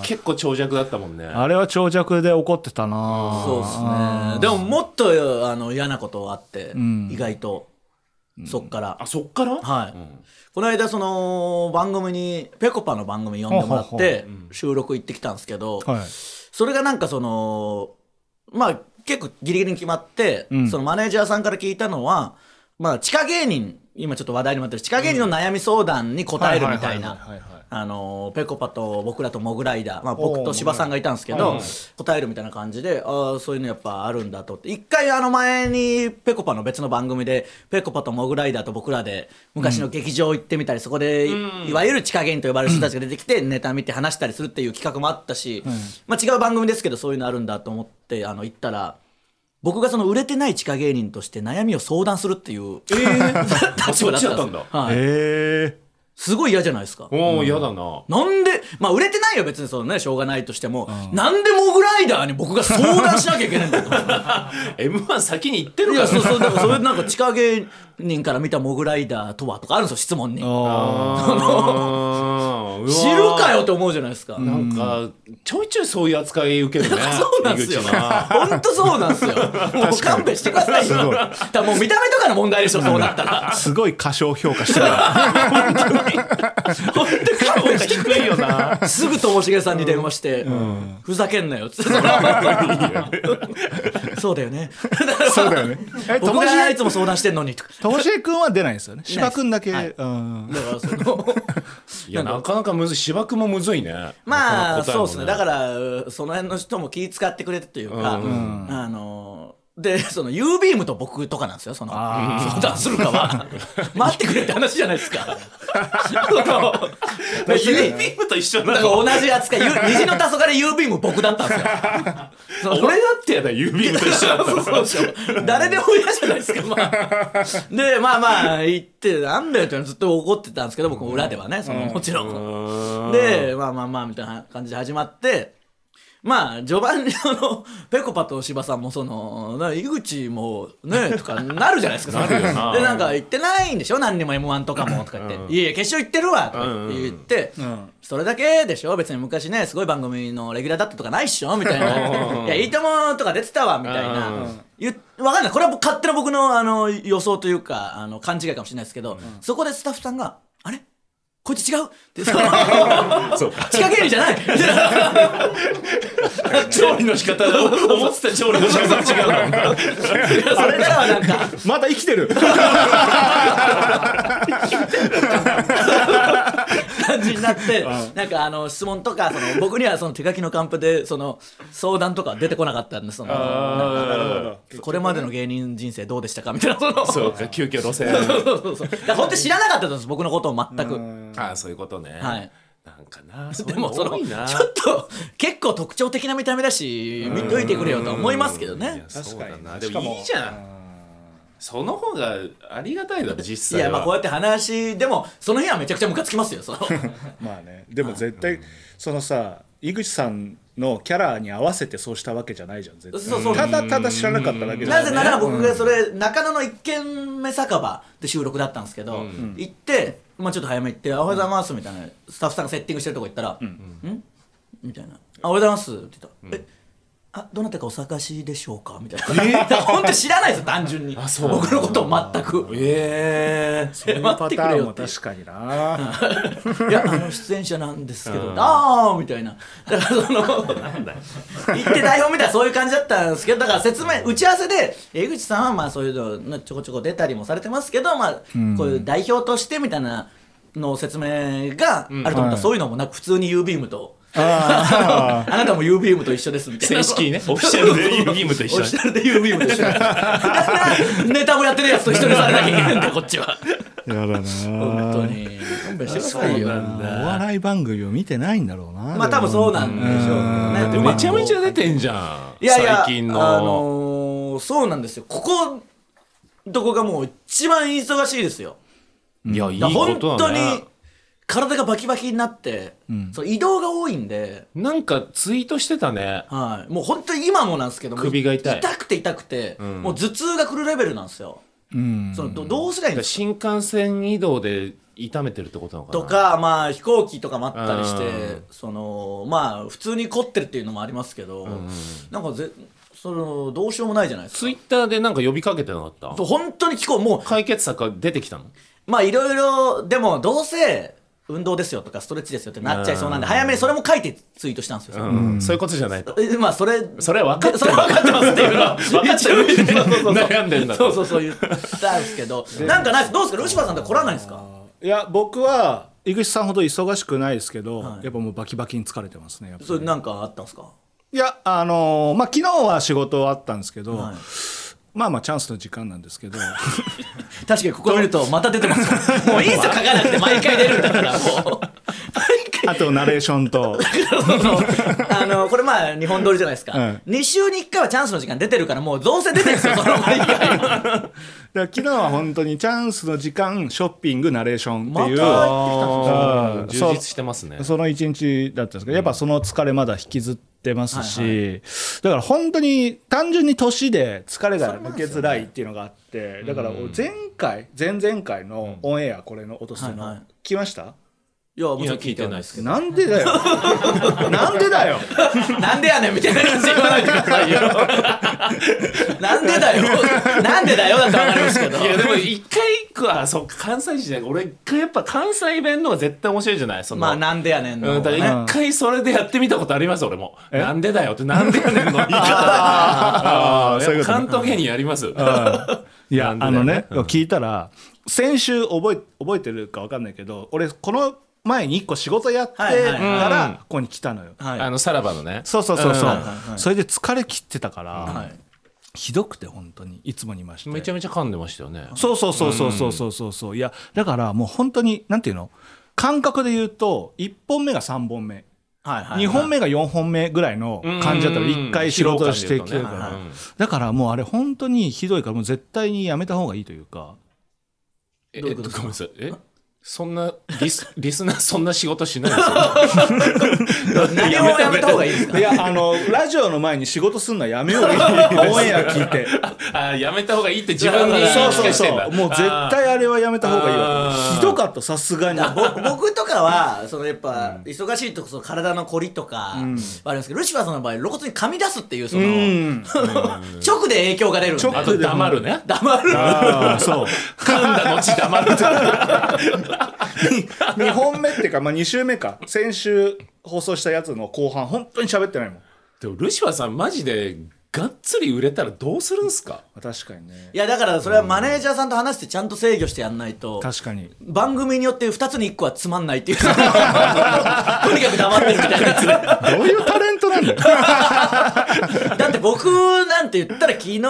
Speaker 1: 結構長尺だったもんね。
Speaker 2: あれは長尺で怒ってたな
Speaker 3: そうですねでももっとあの嫌なことあって、意外とそっから、
Speaker 1: あそっから？
Speaker 3: はい、この間その番組にぺこぱの番組呼んでもら
Speaker 2: ほう
Speaker 3: っ
Speaker 2: ほう
Speaker 3: て収録行ってきたんですけど、
Speaker 2: はい
Speaker 3: それがなんかそのまあ結構ギリギリに決まって、そのマネージャーさんから聞いたのは、まあ、地下芸人今ちょっと話題にもなってる地下芸人の悩み相談に答えるみ
Speaker 2: はいはい
Speaker 3: たい
Speaker 2: はい
Speaker 3: な
Speaker 2: はいはい。
Speaker 3: あのぺこぱと僕らとモグライダー、まあ、僕と柴さんがいたんですけど、答えるみたいな感じでああそういうのやっぱあるんだと思って一回あの前にぺこぱの別の番組でぺこぱとモグライダーと僕らで昔の劇場行ってみたり、そこでい,、わゆる地下芸人と呼ばれる人たちが出てきて、ネタ見て話したりするっていう企画もあったし、まあ、違う番組ですけどそういうのあるんだと思ってあの行ったら。僕がその売れてない地下芸人として悩みを相談するっていう、え 立場だったんです
Speaker 1: あそっちだったんだ
Speaker 3: はい
Speaker 2: え
Speaker 3: すごい嫌じゃないですか。
Speaker 1: おお嫌だな。
Speaker 3: なんで、まあ売れてないよ別にそのね、しょうがないとしても、なんでモグライダーに僕が相談しなきゃいけないんだと思って
Speaker 1: M1 先に行ってる
Speaker 3: い
Speaker 1: か
Speaker 3: や、
Speaker 1: ら。
Speaker 3: そうそう、だからそれなんか地下芸人から見たモグライダーとはとかあるんですよ、質問に。
Speaker 1: あーうわー
Speaker 3: 知るかよって思うじゃないですか。。
Speaker 1: なんかちょいちょいそういう扱い受けるね
Speaker 3: そうなんですよ。
Speaker 1: 井口 な
Speaker 3: ほんとそうなんですよ。もう勘弁してくださいよ。
Speaker 2: ごい
Speaker 3: だからもう見た目とかの問題でしょ、そうなったら
Speaker 2: ー、。すごい過小評価してる
Speaker 3: ほんと勘弁してくれ
Speaker 1: 低いよな。
Speaker 3: すぐともしげさんに電話して、ふざけんなよっつって。そうだよ ね。
Speaker 2: そうだよねえ
Speaker 3: 僕
Speaker 2: ともし
Speaker 3: が
Speaker 2: げ
Speaker 3: いつも相談してんのにとか。
Speaker 2: ともしげ君は出ないですよね芝君だけ、
Speaker 3: はい
Speaker 2: うん
Speaker 3: だからその
Speaker 1: いやなかなかむずい芝生もむずいね。
Speaker 3: まあ
Speaker 1: なかなか答え
Speaker 3: そう
Speaker 1: も
Speaker 3: ですねだからその辺の人も気使ってくれてというか、あのでその U ビームと僕とかなんですよその相談するか は待ってくれって話じゃないです かその別に
Speaker 1: U ビームと一緒
Speaker 3: だ
Speaker 1: な
Speaker 3: から
Speaker 1: の。
Speaker 3: 同じ扱い U- 虹の黄昏 U ビーム僕だったんですよ そ
Speaker 1: 俺
Speaker 3: の
Speaker 1: だってやだ U ビームと一緒だった
Speaker 3: そう
Speaker 1: の。
Speaker 3: そう そう誰でも嫌じゃないですか、まあ、でまあまあ行ってなんだよってずっと怒ってたんですけど僕も裏ではねそのもちろんでまあまあまあみたいな感じで始まってまあ序盤にその ぺこぱと柴さんもそのな井口も ねとかなるじゃないですか
Speaker 1: よな
Speaker 3: でなんか行ってないんでしょ何にも m 1とかもとか言って「いやいや決勝行ってるわ」とか言ってそれだけでしょ別に昔ねすごい番組のレギュラーだったとかないっしょみたいな「いやいいとも!」とか出てたわみたいな
Speaker 1: うん
Speaker 3: 言っ分かんないこれは僕勝手な僕のあの予想というかあの勘違いかもしれないですけどそこでスタッフさんが「あれこいつ違う?」って その
Speaker 1: そう
Speaker 3: 地下芸人じゃない
Speaker 1: 調理の仕方だ思ってた調理の仕方と違うから。
Speaker 3: い やそれからはなんか
Speaker 2: まだ生 きてる
Speaker 3: 感じになって、なんかあの質問とかその僕にはその手書きのカンペでその相談とか出てこなかったんでその
Speaker 2: あーなるほど
Speaker 3: これまでの芸人人生どうでしたかみたいなその
Speaker 1: そうか急遽路線
Speaker 3: そうそうそうだから本当に知らなかったんです僕のことを全く。
Speaker 1: ああそういうことね、
Speaker 3: はい
Speaker 1: なんかな
Speaker 3: でもその
Speaker 1: ういう
Speaker 3: ち
Speaker 1: 多
Speaker 3: ょ
Speaker 1: いな
Speaker 3: っと結構特徴的な見た目だし見といてくれよとは思いますけど
Speaker 1: い
Speaker 3: ね
Speaker 1: や
Speaker 2: 確
Speaker 1: そう
Speaker 2: か
Speaker 1: だ
Speaker 2: に
Speaker 1: なでもいいじゃんその方がありがたいだろ
Speaker 3: い
Speaker 1: 実際は
Speaker 3: やまあこうやって話でもその日はめちゃくちゃムカつきますよその
Speaker 2: まあねでも絶対そのさ井口さんのキャラに合わせてそうしたわけじゃないじゃん絶対
Speaker 3: そうそう
Speaker 2: ただただ知らなかっただけじゃ
Speaker 3: なぜなら僕がそれ中野の一軒目酒場で収録だったんですけど、行って、まあ、ちょっと早め行って「おはようございます」みたいなスタッフさんがセッティングしてるとこ行ったら「ん?」みたいな「あおはようございます」って言ったら「えあどなたかお探しでしょうか?」みたいな、本当知らないですよ単純に
Speaker 1: そう
Speaker 3: 僕のことを全く
Speaker 1: ええ
Speaker 2: そういう
Speaker 3: 待っ
Speaker 2: パ
Speaker 3: て
Speaker 2: タ
Speaker 3: くれ
Speaker 2: ーン
Speaker 3: よっ
Speaker 2: も
Speaker 3: ていう
Speaker 2: 確かに ない
Speaker 3: やあの出演者なんですけどああみたいなだからその行って台本見たらそういう感じだったんですけどだから説明打ち合わせで江口さんはまあそういうのねちょこちょこ出たりもされてますけど、まあこういう代表としてみたいなの説明があると思ったら、
Speaker 6: はい
Speaker 3: そういうのもなく普通に U ビームと。
Speaker 6: あ
Speaker 3: あなたも U ビームと一緒ですみたい
Speaker 1: 正
Speaker 3: な
Speaker 1: 式にねオフィシャルで U ビームと一緒
Speaker 3: オフィシャルで U ビームと一緒だからネタもやってるやつと一緒にされなきゃいけないんだこっちは
Speaker 6: あやだな
Speaker 3: 本当
Speaker 6: ー
Speaker 3: に勘弁してくだ
Speaker 1: そ
Speaker 3: さいうよ
Speaker 1: なん
Speaker 6: お
Speaker 1: だ
Speaker 6: 笑い番組を見てないんだろうな
Speaker 3: まあ多分そうなんでしょうけどね。
Speaker 1: でめちゃめちゃ出てんじゃん
Speaker 3: いやいや
Speaker 1: 最近の、
Speaker 3: あのーそうなんですよ。ここ、どこがもう一番忙しいですよ。
Speaker 1: いやいい
Speaker 3: だから
Speaker 1: こ
Speaker 3: 本
Speaker 1: と
Speaker 3: 当
Speaker 1: だ
Speaker 3: に
Speaker 1: ね
Speaker 3: 体がバキバキになって、そう移動が多いんで、
Speaker 1: なんかツイートしてたね
Speaker 3: はい、もう本当に今もなんですけども
Speaker 1: 首が痛い
Speaker 3: 痛くて痛くて、もう頭痛が来るレベルなんですよ。
Speaker 6: うん
Speaker 3: そのどどうすりゃいいんですか
Speaker 1: 新幹線移動で痛めてるってことなのかな
Speaker 3: とか、まあ飛行機とかもあったりして、
Speaker 1: うん
Speaker 3: そのまあ普通に凝ってるっていうのもありますけど、なんかぜそのどうしようもないじゃないです
Speaker 1: ツ
Speaker 3: か
Speaker 1: イッターでなんか呼びかけてなかった
Speaker 3: と本当に気候もう
Speaker 1: 解決策が出てきたの
Speaker 3: まあいろいろでもどうせ運動ですよとかストレッチですよってなっちゃいそうなんで
Speaker 1: うん
Speaker 3: 早めにそれも書いてツイートしたんですよ、
Speaker 1: うんそういうことじゃないと
Speaker 3: えまあそれ
Speaker 1: それは分かってる
Speaker 3: それは分かってますっていうのは分かってる
Speaker 1: 一応言って
Speaker 3: そうそうそう
Speaker 1: 悩んでんだ
Speaker 3: そうそうそう言ったんですけどなんかないですどうですかルシファーさんって来らないんですか
Speaker 2: いや僕は井口さんほど忙しくないですけど、
Speaker 3: はい
Speaker 2: やっぱもうバキバキに疲れてますねやっぱ
Speaker 3: それなんかあったんですか
Speaker 2: いやあのーまあ昨日は仕事あったんですけど、
Speaker 3: はい
Speaker 2: まあまあチャンスの時間なんですけど
Speaker 3: 確かにここ見るとまた出てますもういいですよ書かなくて毎回出るんだからもう
Speaker 2: あとナレーションと
Speaker 3: あのこれまあ日本撮りじゃないですか、
Speaker 2: うん
Speaker 3: 2週に1回はチャンスの時間出てるからもうどうせ出てるんですよその毎回
Speaker 2: だから昨日は本当にチャンスの時間ショッピングナレーションっていう、
Speaker 3: また
Speaker 1: あー
Speaker 2: そう
Speaker 1: 充実してますね
Speaker 2: その一日だったんですけどやっぱその疲れまだ引きずってますし、だから本当に単純に年で疲れが抜けづらいっていうのがあって、だから前回前々回のオンエアこれの落とすの、
Speaker 3: はいはい
Speaker 2: 来ました
Speaker 3: いやも
Speaker 1: い
Speaker 3: ち
Speaker 1: や
Speaker 3: ろん聞
Speaker 1: 聞
Speaker 3: い
Speaker 1: い
Speaker 3: て
Speaker 1: て
Speaker 3: ない
Speaker 1: ない
Speaker 3: で
Speaker 1: ですす
Speaker 3: け
Speaker 1: け
Speaker 3: ど
Speaker 2: なんでだよ なんでだよ
Speaker 3: なんでやねんみたいな感じで言わないでくださいよ。なんでだよ。なんでだよだったらわかりますけど。
Speaker 1: いやでも一回一個はそう関西人じゃない俺一回やっぱ関西弁の方が絶対面白いじゃないその
Speaker 3: まあなんでやねん
Speaker 1: う
Speaker 3: の
Speaker 1: ん、だか
Speaker 3: ね。
Speaker 1: ら一回それでやってみたことあります俺もなんでだよってなんでやねんの言い方
Speaker 2: あ ーそういうこと
Speaker 1: 関
Speaker 2: ね
Speaker 1: 東芸人やります
Speaker 2: いや、
Speaker 1: な
Speaker 2: あ
Speaker 1: んでだ
Speaker 2: の
Speaker 1: よね
Speaker 2: ね、聞いたら、先週覚え、覚えてるかわかんないけど、俺、この前に一個仕事やってか
Speaker 3: はいはい
Speaker 1: うん
Speaker 2: ら、ここに来たのよ。
Speaker 3: はい。
Speaker 1: あのさらばのね
Speaker 2: そうそうそうそう、
Speaker 1: はい
Speaker 3: はいはい
Speaker 2: それで疲れ切ってたから、
Speaker 3: はい
Speaker 2: ひどくて、本当に、いつもにまして。
Speaker 1: めちゃめちゃ噛んでましたよね
Speaker 2: そうそうそうそうそうそうそうそう、いや、だから、もう本当に、なんていうの。感覚で言うと、一本目が三本目、
Speaker 3: はいはい。
Speaker 2: 二本目が四本目ぐらいの感じだったら、一回仕事してきてるから。だからもうあれ本当にひどいからもう絶対にやめた方がいいというか
Speaker 1: え
Speaker 3: どういう
Speaker 1: えっ
Speaker 3: こと
Speaker 1: と
Speaker 3: です
Speaker 1: ご
Speaker 3: か
Speaker 1: めんなさいえそんなリス リスナーそんな仕事しないですよ
Speaker 3: 何もやめた方がいいですか。
Speaker 2: いやあのラジオの前に仕事すんのはや めようオンエア聞いて
Speaker 1: あーやめた方がいいって自分に言い
Speaker 2: そう
Speaker 1: 聞
Speaker 2: そう
Speaker 1: かして
Speaker 2: そ
Speaker 1: んだ
Speaker 2: うもう絶対あれはやめた方がいいわ
Speaker 1: あー
Speaker 2: ひどかったさすがに
Speaker 3: ぼ 僕とかはそのやっぱ忙しいとその体のこりとかはあるんですけど、ルシファーさんの場合露骨に噛み出すっていうその直で影響が出るんで
Speaker 1: あと黙るね
Speaker 3: 黙る
Speaker 2: あーそう
Speaker 1: 噛んだ後黙るって
Speaker 2: 2本目っていうか、まあ、2週目か先週放送したやつの後半本当に喋ってないもん
Speaker 1: でもルシファーさんマジでがっつり売れたらどうするんすか
Speaker 2: 確かにね
Speaker 3: いやだからそれはマネージャーさんと話してちゃんと制御してやんないと
Speaker 2: 確かに
Speaker 3: 番組によって2つに1個はつまんない っていうとにかく黙ってるみたいなやつね
Speaker 2: どういうタレントなんだよ
Speaker 3: だって僕なんて言ったら昨日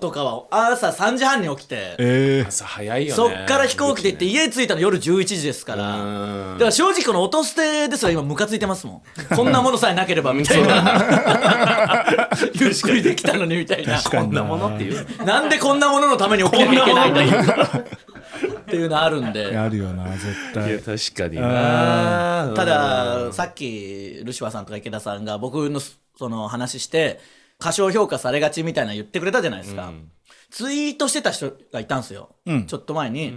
Speaker 3: とかは朝3時半に起きて、
Speaker 2: え
Speaker 1: 朝早いよね
Speaker 3: そっから飛行機で行って家着いたの夜11時ですから、だから正直この音捨てですら今ムカついてますもんこんなものさえなければみたいなゆっくりできたのにみたいな
Speaker 1: こんなものっていう
Speaker 3: なんでこんなもののために起きなきゃいけないんだよっていうのあるん
Speaker 2: え
Speaker 3: で
Speaker 2: やるよな絶
Speaker 1: いや
Speaker 2: 対
Speaker 1: 確かにな
Speaker 3: たださっきルシファーさんとか池田さんが僕のそその話して過小評価されがちみたいなの言ってくれたじゃないですか、ツイートしてた人がいたんですよ、ちょっと前に、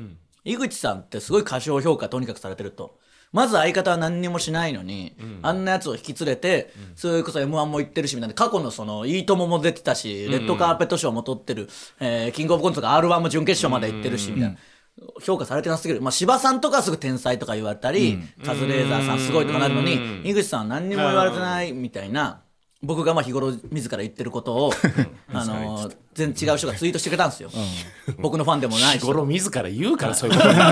Speaker 3: 井口さんってすごい過小評価とにかくされてるとまず相方は何にもしないのに、あんなやつを引き連れて、それこそ m 1も行ってるしみたいな過去のその「いいとも!」も出てたし、レッドカーペット賞も取ってる、えーキングオブコントとか r 1も準決勝まで行ってるしみたいな。評価されてなすぎる、まあ、芝さんとかはすぐ天才とか言われたり、カズレーザーさんすごいとかなるのに井口さんは何にも言われてないみたいな僕がまあ日頃自ら言ってることをあの全然違う人がツイートしてくれたんですよ、僕のファンでもない
Speaker 1: 日
Speaker 3: 人
Speaker 1: 頃自ら言うからそういうことにな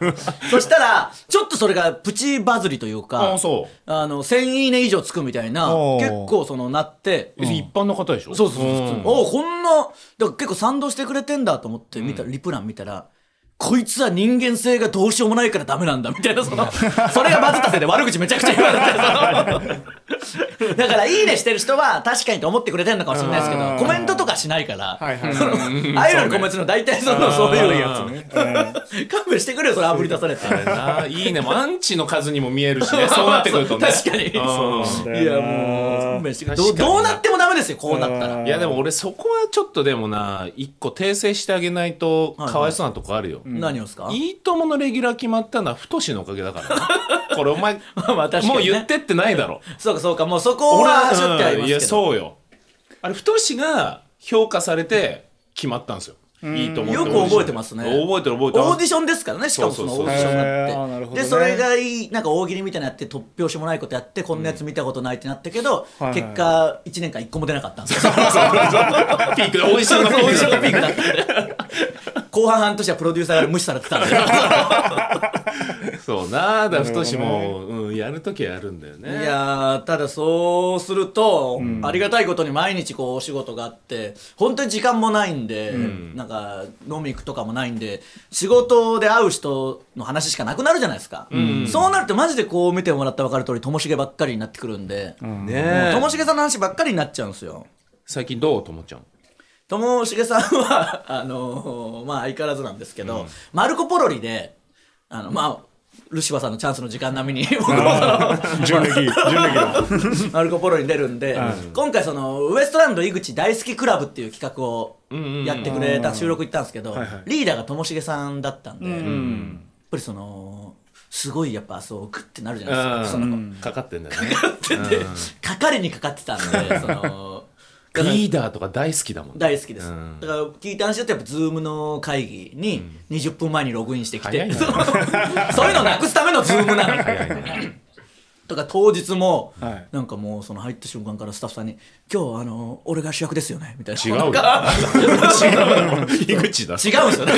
Speaker 1: る
Speaker 3: そしたらちょっとそれがプチバズりというか
Speaker 1: あそう
Speaker 3: あの1000いいね以上つくみたいな
Speaker 2: おー
Speaker 3: 結構そのなって
Speaker 1: 一般の方でしょ
Speaker 3: そうそうそう、
Speaker 1: ん
Speaker 3: 普通におうこんなだから結構賛同してくれてんだと思って見た、リプラン見たらこいつは人間性がどうしようもないからダメなんだみたいなそのそれがバズったせいで悪口めちゃくちゃ言われて そのだから「いいね」してる人は確かにと思ってくれてるのかもしれないですけどコメントとかしないから、そのああいうのにコメントするの大体そのそういうやつね勘弁してくれよそれ炙り出されて
Speaker 1: なあいいねもアンチの数にも見えるしねそうなってくるとね
Speaker 3: 確かに
Speaker 1: う
Speaker 2: いやも
Speaker 3: 勘弁してくれど
Speaker 1: 確
Speaker 3: う
Speaker 1: かに
Speaker 3: どうなってもダメですよこうなったら
Speaker 2: うん
Speaker 1: んいやでも俺そこはちょっとでもな一個訂正してあげないとかわいそうなとこあるよ、
Speaker 3: 何をですか
Speaker 1: いいとものレギュラー決まったのは太のおかげだからなこれお前
Speaker 3: あまあ確かにね
Speaker 1: もう言ってってないだろ
Speaker 3: そうかそうかもうそこは走ってあり
Speaker 1: うん
Speaker 3: ます
Speaker 1: い
Speaker 3: けど
Speaker 1: やそうよあれ太が評価されて決まったんですよいいと思って
Speaker 3: よく覚えてますね
Speaker 1: 覚えてる覚えてる
Speaker 3: オーディションですからねしかもその
Speaker 1: そうそ
Speaker 3: オ
Speaker 1: う
Speaker 3: ー
Speaker 1: そう
Speaker 3: ディションが
Speaker 2: へーあーな
Speaker 3: あ
Speaker 2: る
Speaker 3: っ
Speaker 2: ほどね
Speaker 3: てでそれがいいなんか大喜利みたいなのやって突拍子もないことやってこんなやつ見たことないってなったけど
Speaker 2: はい
Speaker 3: 結果1年間1個も出なかったんで すよ
Speaker 1: ピークでオーディションのピ
Speaker 3: オーディショ
Speaker 1: ー
Speaker 3: ンが
Speaker 1: クで
Speaker 3: ピークだったんで後半半年はプロデューサーが無視されてたんで
Speaker 1: そうなだから太も、うん、やるときはやるんだよね
Speaker 3: いやーただそうすると、ありがたいことに毎日こうお仕事があって本当に時間もないんで、なんか飲み行くとかもないんで仕事で会う人の話しかなくなるじゃないですか、そうなるとマジでこう見てもらったら分かる通りともしげばっかりになってくるんで
Speaker 1: ね
Speaker 3: もう
Speaker 1: え
Speaker 3: ともしげさんの話ばっかりになっちゃうんですよ
Speaker 1: 最近どうともちゃん
Speaker 3: ともしげさんはあのーまあ相変わらずなんですけど、マルコ・ポロリであのまあルシファーさんのチャンスの時間並みに僕もその
Speaker 2: う準レギ準レギだ
Speaker 3: マルコ・ポロに出るんで、今回そのウエストランド井口大好きクラブっていう企画をやってくれた収録行ったんですけど、
Speaker 2: はいはい
Speaker 3: リーダーがともしげさんだったんで、やっぱりそのすごいやっぱそうグッてなるじゃないですか、その
Speaker 1: かかってんだよね
Speaker 3: でかかりにかかってたんでそのだから
Speaker 1: リーダーとか大好きだもんね
Speaker 3: 大好きです、
Speaker 1: うん
Speaker 3: だから聞いた話だとやっぱズームの会議に20分前にログインしてきて、
Speaker 1: 早いな
Speaker 3: そのそういうのをなくすためのズームなの
Speaker 1: 早い ね
Speaker 3: とか当日も、
Speaker 2: はい
Speaker 3: なんかもうその入った瞬間からスタッフさんに「今日あの俺が主役ですよね」みたいな
Speaker 1: 違うよ違
Speaker 3: なん
Speaker 1: う
Speaker 3: か
Speaker 1: よ井口だ
Speaker 3: 違うんですよね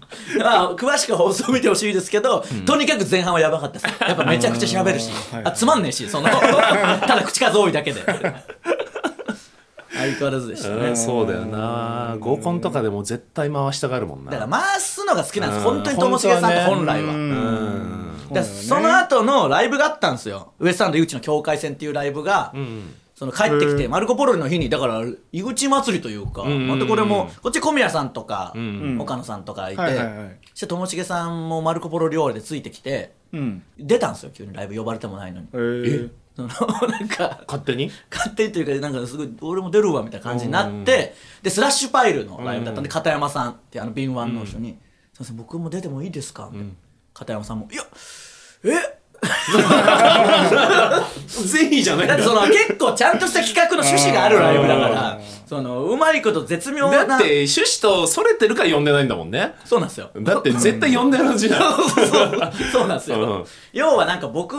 Speaker 3: まあ詳しくは放送見てほしいですけど、とにかく前半はやばかったですやっぱめちゃくちゃ喋るし
Speaker 2: あーはい
Speaker 3: あつまんねえしその ただ口数多いだけで相変わらずでしたね
Speaker 1: うんそうだよな合コンとかでも絶対回したがるもんな
Speaker 3: だから回すのが好きなんです
Speaker 1: うん
Speaker 3: 本当にともしげさんって本来は。
Speaker 1: うん
Speaker 3: だからその後のライブがあったんですよウエストランド井口の境界線っていうライブが、その帰ってきてマルコ・ポロリの日にだから井口祭りというか、
Speaker 1: ん
Speaker 3: ほんとこれもこっち小宮さんとか、
Speaker 1: ん
Speaker 3: 岡野さんとかいて、
Speaker 2: はいはいはい
Speaker 3: そしてともしげさんもマルコ・ポロリ終わりでついてきて
Speaker 2: うん
Speaker 3: 出たんですよ急にライブ呼ばれてもないのに
Speaker 2: えー
Speaker 3: そのなんか
Speaker 1: 勝手に
Speaker 3: 勝手にというかなんかすごい俺も出るわみたいな感じになってでスラッシュパイルのライブだったんで片山さんってあの敏腕の人に「すいません僕も出てもいいですか?」みたいな片山さんも「いや え
Speaker 1: 善意じゃない
Speaker 3: だってその結構ちゃんとした企画の趣旨があるライブだからそのうまいこと絶妙な
Speaker 1: だって趣旨とそれてるから呼んでないんだもんね
Speaker 3: そうなんですよ
Speaker 1: だって絶対呼んでるはずじゃん
Speaker 3: そうそうなんですよ、
Speaker 1: うん
Speaker 3: 要はなんか僕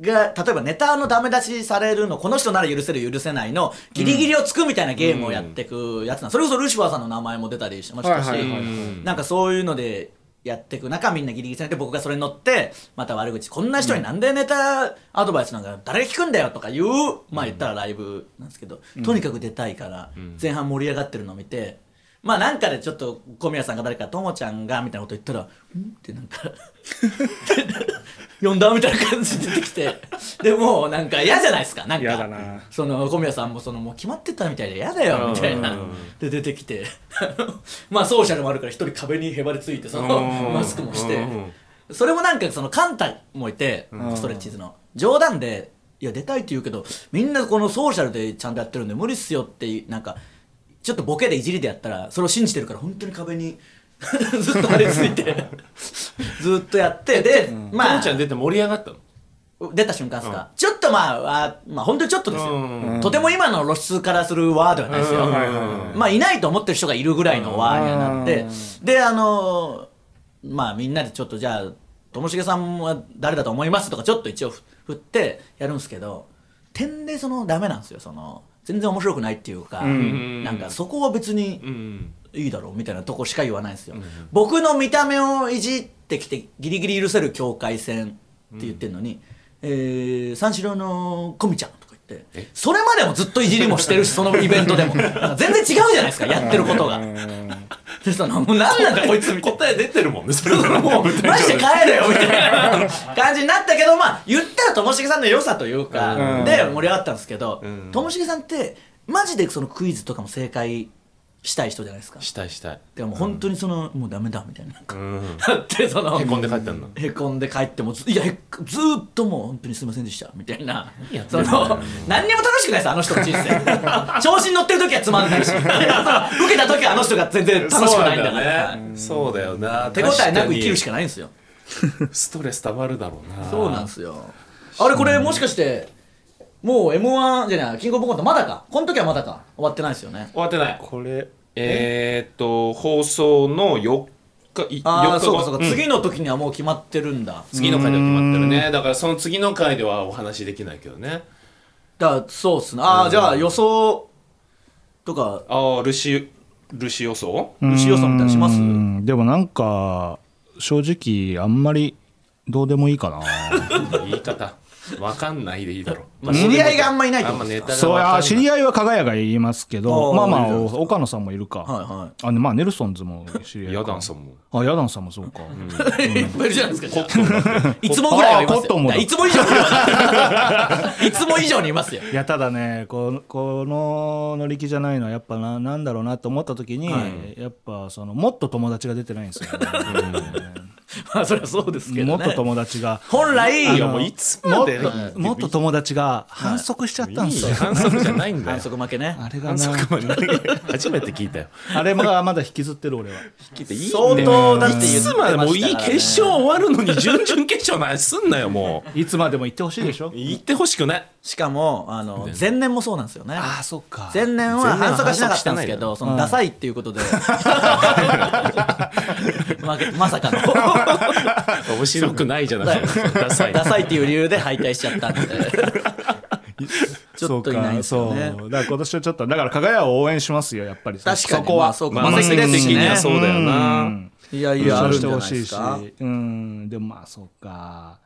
Speaker 3: が例えばネタのダメ出しされるのこの人なら許せる許せないのギリギリをつくみたいなゲームをやってくやつなんそれこそルシファーさんの名前も出たりしましたし、
Speaker 2: はいはいはいはい
Speaker 3: なんかそういうのでやってく中みんなギリギリされて僕がそれに乗ってまた悪口こんな人になんでネタアドバイスなんか誰が聞くんだよとか言う、まあ言ったらライブなんですけど、とにかく出たいから前半盛り上がってるのを見て。まあなんかでちょっと小宮さんが誰かともちゃんがみたいなこと言ったら「ん?」ってなんか 呼んだみたいな感じで出てきてでもうなんか嫌じゃないですかなんか
Speaker 2: 嫌だな
Speaker 3: その小宮さんもそのもう決まってたみたいで嫌だよみたいなで出てきて まあソーシャルもあるから一人壁にへばりついてその
Speaker 1: うん
Speaker 3: マスクもし
Speaker 1: う
Speaker 3: て
Speaker 1: ん
Speaker 3: それもなんかそのカンタもいて
Speaker 2: ん
Speaker 3: ストレッチーズの冗談で「いや出たいって言うけどみんなこのソーシャルでちゃんとやってるんで無理っすよ」ってなんかちょっとボケでいじりでやったらそれを信じてるから本当に壁に ずっと張り付い てずっとやってで
Speaker 1: まあ、
Speaker 3: まあ
Speaker 1: ちゃん出て盛り上がったの
Speaker 3: 出た瞬間ですか、ちょっとまああまあ本当にちょっとですよ、
Speaker 1: う
Speaker 3: とても今の露出からするワードはないですよ、
Speaker 1: うん
Speaker 3: まあいないと思ってる人がいるぐらいのワードになって、であのーまあみんなでちょっとじゃあともしげさんは誰だと思いますとかちょっと一応ふ振ってやるんですけど点でそのダメなんですよその全然面白くないっていうか、
Speaker 1: ん
Speaker 3: なんかそこは別に、
Speaker 1: うん
Speaker 3: いいだろうみたいなとこしか言わないんですよ、僕の見た目をいじってきてギリギリ許せる境界線って言ってるのに、えー三四郎のコミちゃんとか言ってそれまでもずっといじりもしてるしそのイベント でもなんか全然違うじゃないですかやってることがでそのもう何なんだこいつみたいな
Speaker 1: 答え出てるもんねそれ
Speaker 3: もう マジで帰れよみたいな感じになったけどまあ言ったらともしげさんの良さというか、
Speaker 2: うん
Speaker 3: で盛り上がったんですけど
Speaker 1: ん
Speaker 3: ともしげさんってマジでそのクイズとかも正解したい人じゃないです か
Speaker 1: したいしたい
Speaker 3: でも本当にその、もうダメだみたいな
Speaker 1: うん
Speaker 3: だってその
Speaker 1: へこんで帰ったんだ
Speaker 3: へこんで帰ってもずいやへっずーっともう本当にすいませんでしたみたいな
Speaker 1: やって
Speaker 3: そ
Speaker 1: ん
Speaker 3: の
Speaker 1: だ
Speaker 3: 何にも楽しくないですあの人の人生調子に乗ってる時はつまんな いしその受けた時はあの人が全然楽しくないんだから
Speaker 1: そう,、ね、そうだよな
Speaker 3: 手応えなく生きるしかないんですよ
Speaker 1: ストレスたまるだろうな
Speaker 3: そうなんですよあれこれもしかしてもう m 1じゃないキングオブコントまだかこの時はまだか終わってないですよね
Speaker 1: 終わってない
Speaker 2: これ
Speaker 1: えー、っと放送の4日い
Speaker 3: あ
Speaker 1: 4
Speaker 3: あ
Speaker 1: 日
Speaker 3: そう
Speaker 1: 後
Speaker 3: かそうか、
Speaker 1: ん
Speaker 3: 次の時にはもう決まってるんだ
Speaker 1: 次の回では決まってるねだからその次の回ではお話できないけどね
Speaker 3: だからそうっすねああ、じゃあ予想とか
Speaker 1: ああルシルシ予想
Speaker 3: 牛予想みたいなのしま
Speaker 6: う
Speaker 3: す
Speaker 6: んでもなんか正直あんまりどうでもいいかな
Speaker 1: 言い方わかんないでいいだろ
Speaker 3: まあ 知り合いがあんまいないってことです
Speaker 1: あ
Speaker 3: か
Speaker 1: んまネタが
Speaker 6: そう
Speaker 1: わかんな
Speaker 6: や
Speaker 1: い
Speaker 6: 知り合いは加賀谷が言いますけど
Speaker 3: あー
Speaker 6: まあま
Speaker 3: いる
Speaker 6: あ
Speaker 3: じゃないですか
Speaker 6: 岡野さんもいるか、
Speaker 3: はいは
Speaker 6: あでまあネルソンズも知り合いか
Speaker 1: ヤダンさんも
Speaker 6: あヤダンさんもそうか、
Speaker 3: い。いっぱいいるじゃないですか。
Speaker 1: コットンだって
Speaker 3: いつもぐらいはいます
Speaker 6: あコットン
Speaker 3: よ。
Speaker 6: もだ
Speaker 3: いつも以上にいますよ。いつも以上にいますよ。
Speaker 6: いやただねこのこの乗り気じゃないのはやっぱななんだろうなと思った時に、やっぱそのもっと友達が出てないんですよ、
Speaker 3: まあそりゃそうですけ
Speaker 6: も
Speaker 3: ど
Speaker 6: っと
Speaker 3: ね。
Speaker 6: 友達が
Speaker 3: 本来
Speaker 1: いやもう
Speaker 3: も
Speaker 1: いつ
Speaker 6: も
Speaker 1: ま
Speaker 6: っ
Speaker 1: で
Speaker 6: ともっと友達が反則しちゃったんですよ、
Speaker 1: 反則じゃないんだよ
Speaker 3: 反則負けね。
Speaker 6: あれが
Speaker 1: 反
Speaker 6: な
Speaker 1: 則まで初めて聞いたよ
Speaker 6: あれがまだ引きずってる俺は
Speaker 1: 聞いていいんだよ
Speaker 3: 相当だって
Speaker 1: い
Speaker 3: 言って
Speaker 1: つ
Speaker 3: ましたか
Speaker 1: まで
Speaker 3: らね
Speaker 1: もういい決勝終わるのに準々決勝の話すんなよも
Speaker 6: いつまでも言ってほしいでしょ
Speaker 1: う言ってほしくない
Speaker 3: しかもあの前年もそうなんですよね。
Speaker 6: ああそっか
Speaker 3: 前年は
Speaker 1: 前年は
Speaker 3: 反則はしなかったんですけど、そのダサいっていう ことで、負けまさかの
Speaker 1: 面白くないじゃなくてダサい
Speaker 3: ダサいっていう理由で敗退しちゃったんで、 ちょっといないんですよ
Speaker 6: そう。
Speaker 3: ね
Speaker 6: かそうだから今年はちょっとだから加賀屋を応援しますよやっぱり
Speaker 3: 確かに
Speaker 6: そこは、
Speaker 3: まあそうか
Speaker 1: まあ
Speaker 3: マセキです
Speaker 1: マセキ
Speaker 3: しね
Speaker 1: 的にはそうだよな
Speaker 3: うんいやい
Speaker 6: 優
Speaker 3: やあ
Speaker 6: 勝
Speaker 3: るん
Speaker 6: し
Speaker 3: じ
Speaker 6: て
Speaker 3: ゃ
Speaker 6: ほ
Speaker 3: ない
Speaker 6: しい
Speaker 3: です
Speaker 6: し
Speaker 3: か。
Speaker 6: うんでもまあそうか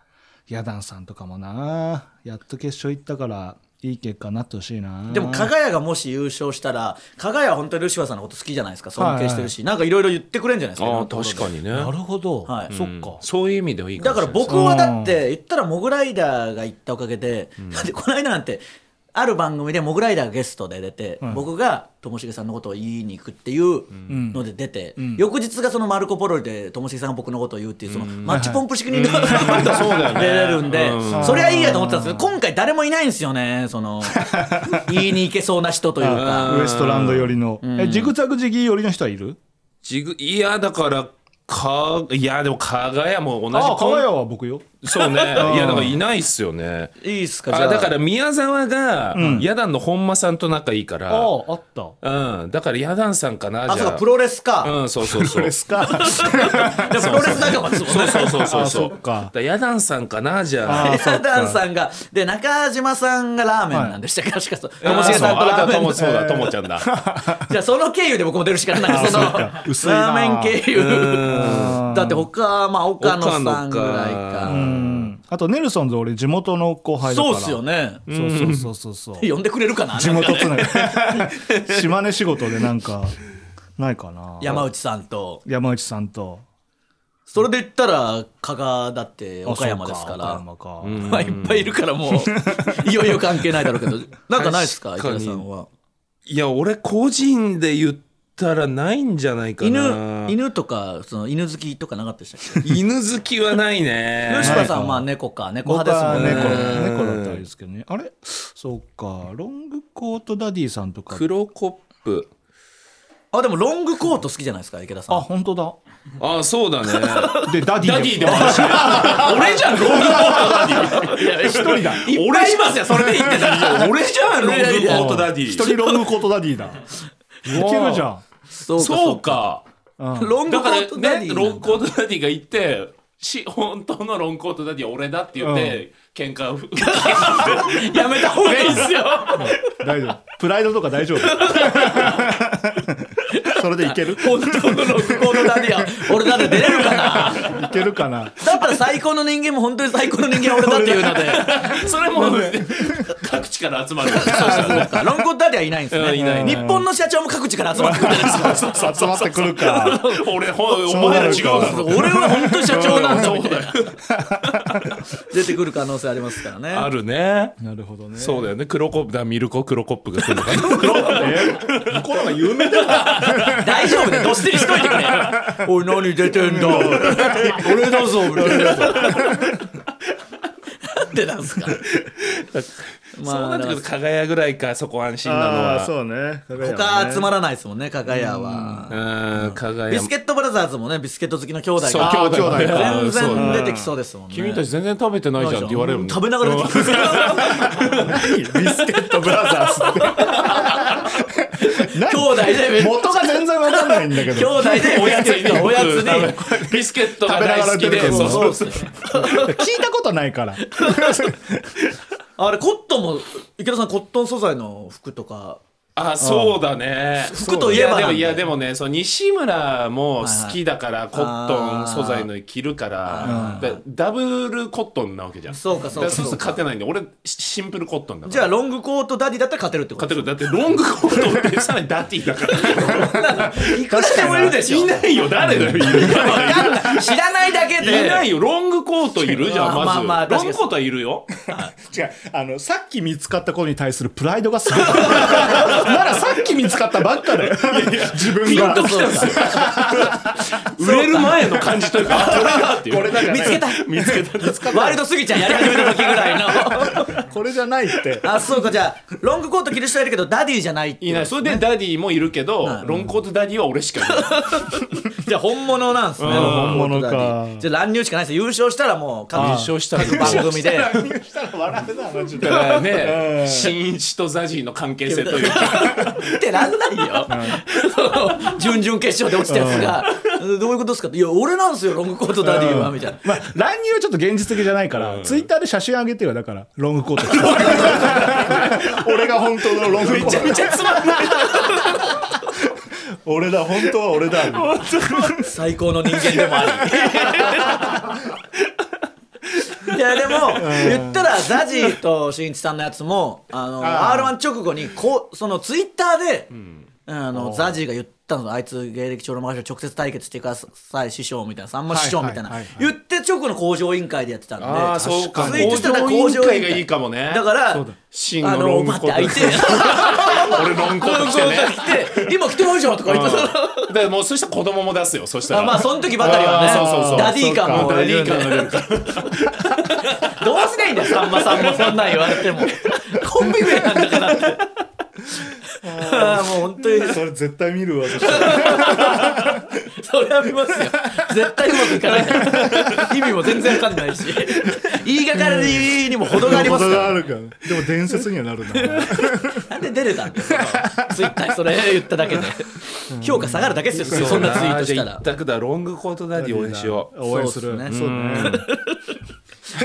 Speaker 6: ヤダンさんとかもなやっと決勝行ったからいい結果になってほしいな
Speaker 3: でも加賀谷がもし優勝したら加賀谷は本当にルシファーさんのこと好きじゃないですか尊敬してるし、なんかいろいろ言ってくれるんじゃないですかいろ
Speaker 1: あ
Speaker 3: んな
Speaker 1: あ
Speaker 3: ところで
Speaker 1: 確かにね
Speaker 6: なるほど、
Speaker 3: はい
Speaker 6: そっ
Speaker 1: うん
Speaker 6: か
Speaker 1: そういう意味ではいいか
Speaker 3: だ
Speaker 1: もし
Speaker 3: か
Speaker 1: れな
Speaker 3: ら
Speaker 1: い
Speaker 3: 僕はだって言ったらモグライダーが言ったおかげで、だってこの間なんてある番組でモグライダーがゲストで出て、僕がともしげさんのことを言いに行くっていうので出て、翌日がそのマルコ・ポロリでともしげさんが僕のことを言うっていうそのマッチポンプ式 に出れるんで、それはいいやと思ってたんですけど今回誰もいないんですよねそ の言いに行けそうな人というか。
Speaker 6: ウエストランド寄りの、えジグザグジギー寄りの人はいる
Speaker 1: ジグいやだからかいやでも加賀屋も同じ
Speaker 6: ああ加
Speaker 1: コ
Speaker 6: 賀
Speaker 1: ン
Speaker 6: 屋は僕よ
Speaker 1: そうねいやだからいないっすよね
Speaker 3: いいっすかじ
Speaker 1: あ
Speaker 3: ゃあ
Speaker 1: だから宮沢がヤダンの本間さんと仲いいから、
Speaker 6: あああった
Speaker 1: うん、だからヤダンさんかな
Speaker 3: あ
Speaker 1: じ
Speaker 3: そう
Speaker 1: ゃ
Speaker 3: か
Speaker 1: あ
Speaker 3: プロレスか、
Speaker 1: うんそうそう そう
Speaker 2: ですか
Speaker 3: でプロレス仲間ですもん
Speaker 1: そう
Speaker 3: ね
Speaker 1: そうそうそう
Speaker 6: あ
Speaker 1: そ
Speaker 6: そうっか
Speaker 1: だらヤダンさんかなじゃあ
Speaker 3: ヤダンさんがで中島さんがラーメンなんでしたっけ、確かそうともしげさんと
Speaker 1: あ
Speaker 3: ラー
Speaker 1: と
Speaker 3: メ
Speaker 1: も
Speaker 3: ン
Speaker 1: そうだともちゃんだ
Speaker 3: じゃあその経由で僕も出るしかないなんかその
Speaker 2: 薄いな
Speaker 3: ラーメン経由だって他まあ岡野さんぐらい
Speaker 1: 岡
Speaker 6: う
Speaker 3: か
Speaker 6: んあとネルソンズ俺地元の後輩だか
Speaker 3: そう
Speaker 6: ら
Speaker 3: っすよ
Speaker 6: ね
Speaker 3: ね
Speaker 6: そうそうそうそうそう
Speaker 3: 呼んでくれるかな
Speaker 6: 地
Speaker 3: なんか
Speaker 6: 元つながり島根仕事でなんかないかな
Speaker 3: 山内さんと
Speaker 6: 山内さんと
Speaker 3: それで言ったら加賀だって
Speaker 6: あ
Speaker 3: 岡山ですか
Speaker 6: そう
Speaker 3: ら
Speaker 6: 岡山
Speaker 1: う
Speaker 6: か
Speaker 1: ん
Speaker 3: まあいっぱいいるからもういよいよ関係ないだろうけどなんかないですか
Speaker 1: 確
Speaker 3: 池
Speaker 1: かに
Speaker 3: 田さんはい
Speaker 1: や俺個人で言ったらないんじゃないかな
Speaker 3: 犬犬とかその犬好きとかなかったでしたっけ
Speaker 1: 犬好きはないね
Speaker 3: 吉村さんはまあ猫か猫
Speaker 6: 僕は
Speaker 3: 派ですもんね
Speaker 6: 猫だ猫だったらいいですけどねあれそうかロングコートダディさんとか
Speaker 1: 黒コップ
Speaker 3: あでもロングコート好きじゃないですか池田さ
Speaker 6: あ
Speaker 3: ん
Speaker 6: 本当だ
Speaker 1: あそうだね
Speaker 6: でダディ
Speaker 1: ダディでも話して
Speaker 3: 俺じゃんロングコートダディいや一人だいっぱいいますよそれで言ってたら俺じゃん
Speaker 1: ロングコートダデ
Speaker 6: 一
Speaker 1: ィ
Speaker 6: 人ロングコートダディだいけるじゃ
Speaker 3: そうか
Speaker 1: そうか
Speaker 6: ん、うん、
Speaker 3: ロン
Speaker 1: だ
Speaker 3: グコ
Speaker 1: か
Speaker 3: ートダ
Speaker 1: ら
Speaker 3: デ
Speaker 1: ね
Speaker 3: ィ
Speaker 1: ロングコートダディが言ってし本当のロングコートダディは俺だって言って喧嘩を
Speaker 3: やめた方がいいっすよ
Speaker 6: 大丈夫プライドとか大 丈夫それでいける
Speaker 3: 本当のロングコートダディは 俺だって出れるかない
Speaker 6: けるかな
Speaker 3: だったら最高の人間も本当に最高の人間は俺だって言うので
Speaker 1: それも各地から集まる
Speaker 3: ロングコートダディはいないんです
Speaker 1: うん
Speaker 3: ね
Speaker 1: いないね
Speaker 3: 日本の社長も各地から集まってくるんですよ
Speaker 6: 集まってくるか
Speaker 1: 俺ほお前ら違うだろ
Speaker 3: 俺は本当に社長なんだ
Speaker 1: そう
Speaker 3: みたい
Speaker 1: だ
Speaker 3: な
Speaker 1: よ
Speaker 3: 出てくる可能性ありますからね
Speaker 1: あるね
Speaker 6: なるほどね
Speaker 1: そうだよね黒コップだミルコ黒コップが来るのかな
Speaker 2: 向こうの方が有名だよ
Speaker 3: 大丈夫ねどっしりしとい てくれおい何出てん だ俺だぞみたいななんでなんす かまあ
Speaker 1: そうなってくると加賀屋ぐらいかそこ安心なの
Speaker 2: あ
Speaker 1: は
Speaker 2: あそうね
Speaker 3: 他集ま
Speaker 2: ら
Speaker 3: らないですもんね加賀屋は
Speaker 1: うん加賀
Speaker 3: ビ
Speaker 1: 屋
Speaker 3: スケットブラザーズもねビスケット好きの兄弟
Speaker 1: そう
Speaker 3: が
Speaker 1: 兄弟
Speaker 2: あー兄弟
Speaker 1: あー
Speaker 3: 全
Speaker 1: そうだ
Speaker 3: 然
Speaker 1: ね
Speaker 3: 出てきそうですもんね
Speaker 1: 君たち全然食べてないじゃんって言われるもんね
Speaker 3: 食べながら出てくる
Speaker 2: ビスケットブラザーズって 何
Speaker 3: 兄弟でめっちゃ
Speaker 2: 元が全然わかんないんだけ
Speaker 3: 兄
Speaker 2: ど
Speaker 3: 弟で
Speaker 1: おやつ に
Speaker 3: おやつに
Speaker 1: ビスケットが大好きで
Speaker 2: 食べながら出てくる
Speaker 1: そうそう
Speaker 3: そうっすね
Speaker 2: 聞いたことないから
Speaker 3: あれコットンも池田さんコットン素材の服とか
Speaker 1: あそうだね
Speaker 3: 服といえば
Speaker 1: やでも
Speaker 3: なんで
Speaker 1: いやでもねそう西村も好きだからコットン素材の着るからだダブルコットンなわけじゃん
Speaker 3: そうかそう
Speaker 1: だ
Speaker 3: から
Speaker 1: そうすると勝てないんで俺シシンプルコットンだから
Speaker 3: じゃあロングコートダディだったら勝てるってこと
Speaker 1: 勝てるだってロングコートってさらにダティだから
Speaker 3: いくらでもいるでしょ
Speaker 1: いないよ誰だよいる
Speaker 3: わかんない知らないだけで
Speaker 1: いないよロングコートいるじゃん
Speaker 3: ま
Speaker 1: ま
Speaker 3: あまあまあ
Speaker 1: ずロン
Speaker 3: 確かに
Speaker 1: グコートはいるよ
Speaker 2: 違うあのさっき見つかった子に対するプライドがすごい ならさっき見つかったばっかだよ自分が
Speaker 3: ピンときたんですよ
Speaker 1: 売れる前の感じというかあこれだっていう
Speaker 2: これだじゃ
Speaker 3: 見
Speaker 2: な
Speaker 3: つけ
Speaker 2: い
Speaker 3: た
Speaker 1: 見つけた
Speaker 3: ワイルドスギちゃんやり始めた時ぐらいの
Speaker 2: これじゃないって
Speaker 3: あそうかじゃあロングコート着る人いるけどダディじゃないって
Speaker 1: いないそれでダディもいるけどロングコートダディは俺しかいない
Speaker 3: じゃあ本物なんですね
Speaker 2: 本物か
Speaker 3: コートダディじゃあ乱入しかないです優勝したらもう各
Speaker 1: 優勝したら
Speaker 3: 番組で
Speaker 2: したら笑うなマジで
Speaker 1: だからね、新一とザジーの関係性というか、
Speaker 3: ってらんないよ、 その準々決勝で落ちたやつが、どういうことですかって「いや俺なんですよロングコートダディは」みたいな。
Speaker 2: まあ乱入はちょっと現実的じゃないから、ツイッターで写真上げてよだからロングコート 俺が本当のロングコート
Speaker 3: めっちゃつま んない
Speaker 2: 俺だ本当は俺だ
Speaker 3: 最高の人間でもあり いやでも、言ったらザジーとしんいちさんのやつもあの
Speaker 2: あー
Speaker 3: r 1直後にこうそのツイッターで、あのザジーが言ったのあいつ芸歴長老マガシ直接対決してください師匠みたいなさんま師匠みたいな、
Speaker 2: はいはいはい
Speaker 3: 言って直後の工場委員会でやってたんで
Speaker 1: あーそうか
Speaker 3: ツイートしたら
Speaker 1: 工
Speaker 3: 工
Speaker 1: 場
Speaker 3: 場
Speaker 1: 委員会
Speaker 3: 委員
Speaker 1: が
Speaker 3: 会
Speaker 1: いいかもね
Speaker 3: だから
Speaker 1: 真
Speaker 3: あ
Speaker 1: のロ
Speaker 3: の
Speaker 1: ング
Speaker 3: 待
Speaker 1: コ
Speaker 3: って
Speaker 1: ー
Speaker 3: 相
Speaker 1: ト
Speaker 3: 手。
Speaker 1: 俺ロングコート
Speaker 3: ロン
Speaker 1: し
Speaker 3: グコ
Speaker 1: て
Speaker 3: ー
Speaker 1: ね。
Speaker 3: ト着て今来てもいいじゃんとか言ってた
Speaker 1: だからもうそしたら子供も出すよ、そしたら。
Speaker 3: あまあその時ばかりはね
Speaker 1: あーそうそうそう
Speaker 3: ダディ感も
Speaker 1: ダディ感が出るから
Speaker 3: どうすりゃいいんだよさ んまさんもそんなん言われてもコンビ名なんだからってあーもう本当に
Speaker 2: それ絶対見る わ私
Speaker 3: それは見ますよ絶対うまくいかないから意味も全然わかんないし言いがかりにも程があります
Speaker 2: 程
Speaker 3: か
Speaker 2: があ
Speaker 3: ら
Speaker 2: るからでも伝説にはなるな
Speaker 3: なんで出れたんですかツイッターにそれ言っただけで評価下がるだけですよそんなツイートした
Speaker 1: じゃあ
Speaker 3: ら
Speaker 1: 一択だロングコートダディ応援しよう
Speaker 2: 応援する
Speaker 3: そうですね
Speaker 2: そうね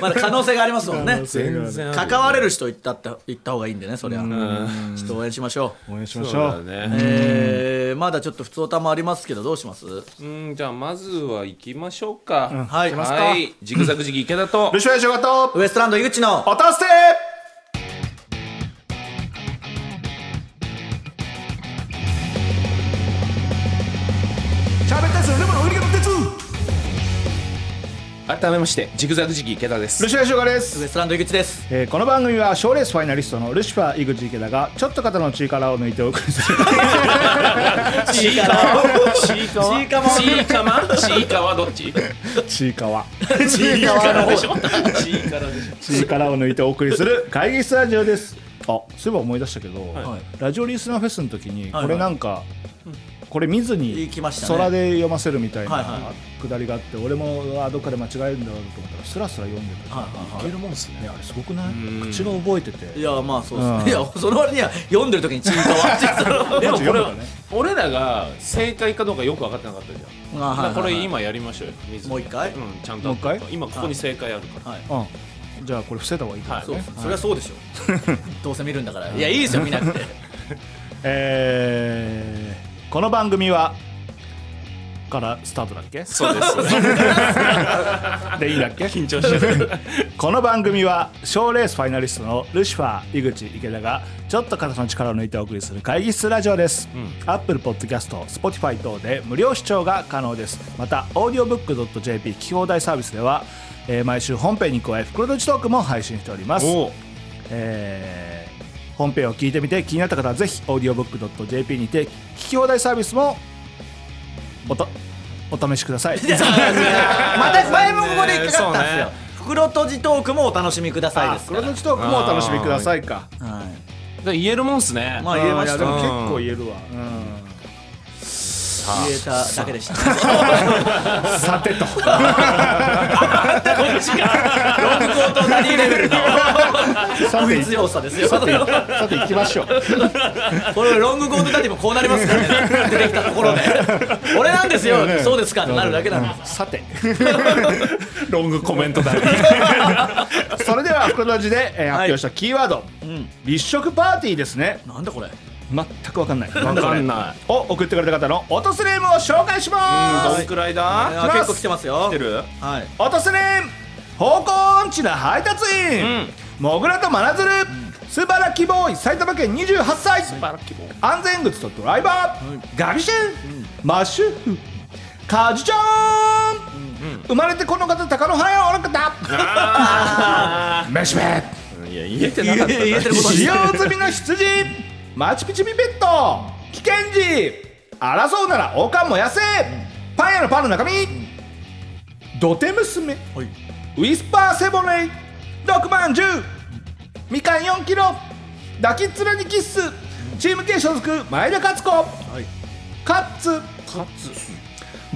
Speaker 3: まだ可能性がありますもんね
Speaker 1: 全 然ある
Speaker 3: 関われる人行ったって言った方がいいんでねそりゃちょっと応援しましょう
Speaker 2: 応援しま
Speaker 1: そう
Speaker 2: しょ
Speaker 1: だ
Speaker 2: う
Speaker 1: ね
Speaker 3: えーまだちょっと普通歌もありますけどどうします
Speaker 1: うんじゃあまずは行きましょうか、
Speaker 3: はい行きますか
Speaker 1: はいジグザグジギー池田と
Speaker 2: ルシファー仕事
Speaker 3: ウエストランド井口の
Speaker 2: おたせ喋ったやつのレモンの売り方鉄
Speaker 1: 改めましてジグザグジギー池田です
Speaker 2: ルシファー仕事で
Speaker 3: ウ
Speaker 2: す
Speaker 3: エストランド井口です
Speaker 2: えーこの番組は賞レースファイナリストのルシファー井口池田がちょっと肩の力を抜いてお送りす る
Speaker 1: シーカマシーカマシーカマシーカマシーカはどっち
Speaker 2: ちいかわ
Speaker 1: シーカラでしょシーカラでしょ
Speaker 2: 力を抜いてお送りす る会議スタジオですあそういえば思い出したけど、
Speaker 3: はい
Speaker 2: ラジオリスナーフェスの時に
Speaker 3: はい
Speaker 2: これなんか、これ見ずに
Speaker 3: 行きましたね
Speaker 2: 空で読ませるみたい
Speaker 3: はい
Speaker 2: な
Speaker 3: は
Speaker 2: くだりがあって、俺もうわどっかで間違えるんだろうと思ったらスラスラ読んでた、
Speaker 3: はいはいはい
Speaker 2: けるもんですねあれすごくない口が覚えてて
Speaker 3: いやまあそうですね、
Speaker 2: うん
Speaker 3: いやその割には読んでる時にチーンと終わって
Speaker 1: でもこれ
Speaker 2: マジ読むか
Speaker 1: は
Speaker 2: らね
Speaker 1: 俺らが正解かどうかよく分かってなかったじゃん
Speaker 3: あはい
Speaker 1: だからこ
Speaker 3: はいは
Speaker 1: れ
Speaker 3: い
Speaker 1: 今やりましょうよ水野
Speaker 3: もう一回
Speaker 1: うんちゃんと
Speaker 2: もう一回
Speaker 1: 今ここに正解あるから
Speaker 3: はい
Speaker 2: うんじゃあこれ伏せた方がいいからね、
Speaker 3: そうそれはそうでしょどうせ見るんだからいやいいですよ見なくて
Speaker 2: えーこの番組はからスタートだっけ
Speaker 1: そうです
Speaker 2: でいいだっけ
Speaker 1: 緊張しちゃう
Speaker 2: この番組は賞ーレースファイナリストのルシファー井口池田がちょっと肩の力を抜いてお送りする会議室ラジオです、アップルポッドキャスト Spotify 等で無料視聴が可能ですまた audiobook.jp 聞き放題サービスでは、えー毎週本編に加え袋とじトークも配信しております
Speaker 1: おう
Speaker 2: えー本編を聞いてみて気になった方はぜひ audiobook.jp にて聞き放題サービスもおとお試しください
Speaker 3: また前もここで引っかかったんですよ、
Speaker 1: そうね
Speaker 3: 袋とじトークもお楽しみくださいですか
Speaker 2: 黒
Speaker 3: ら
Speaker 2: のちトークもお楽しみくださいか
Speaker 3: はい
Speaker 1: だから言えるもんっすね
Speaker 3: まあ言えました
Speaker 2: いやでも結
Speaker 1: うん
Speaker 2: 構言えるわ、
Speaker 3: 言えただけでした
Speaker 2: さてと
Speaker 3: ロングコートダディレベルの
Speaker 2: さてい
Speaker 3: 強 さですよ
Speaker 2: さてさていきましょう
Speaker 3: これロングコートダディもこうなりますからね出てきたところ で俺なんですよ、
Speaker 2: ね
Speaker 3: そうですかってなるだけなんです
Speaker 2: さて
Speaker 1: ロングコメントだ
Speaker 2: それでは袋の字で、えー発表したキーワード、立食パーティーですね
Speaker 3: なんだこれ
Speaker 2: 全くわかんない
Speaker 1: わかん
Speaker 2: い
Speaker 1: ない
Speaker 2: を送ってくれた方のオトスネームを紹介しま
Speaker 1: ど
Speaker 2: す
Speaker 1: んくらい
Speaker 3: い
Speaker 1: だ
Speaker 3: や結構来てますよ
Speaker 1: 来てる
Speaker 3: はい
Speaker 2: オトスネーム方向音痴な配達員、もぐらと真鶴、すばらきボーイ埼玉県28歳安全靴とドライバー、ガビシェン、マッシュフカジちゃん、生まれてこの方高野花屋おらかっためしめ
Speaker 1: いや言えてなかった
Speaker 3: 言えてることに
Speaker 2: 使用済みの羊マチュピチュピペット危険時争うなら王冠燃やせパン屋のパンの中身土手娘
Speaker 3: はい
Speaker 2: ウィスパーセボレイ6万10みかん4キロ抱きつらにキッスチーム K 所属前田勝子、カッツ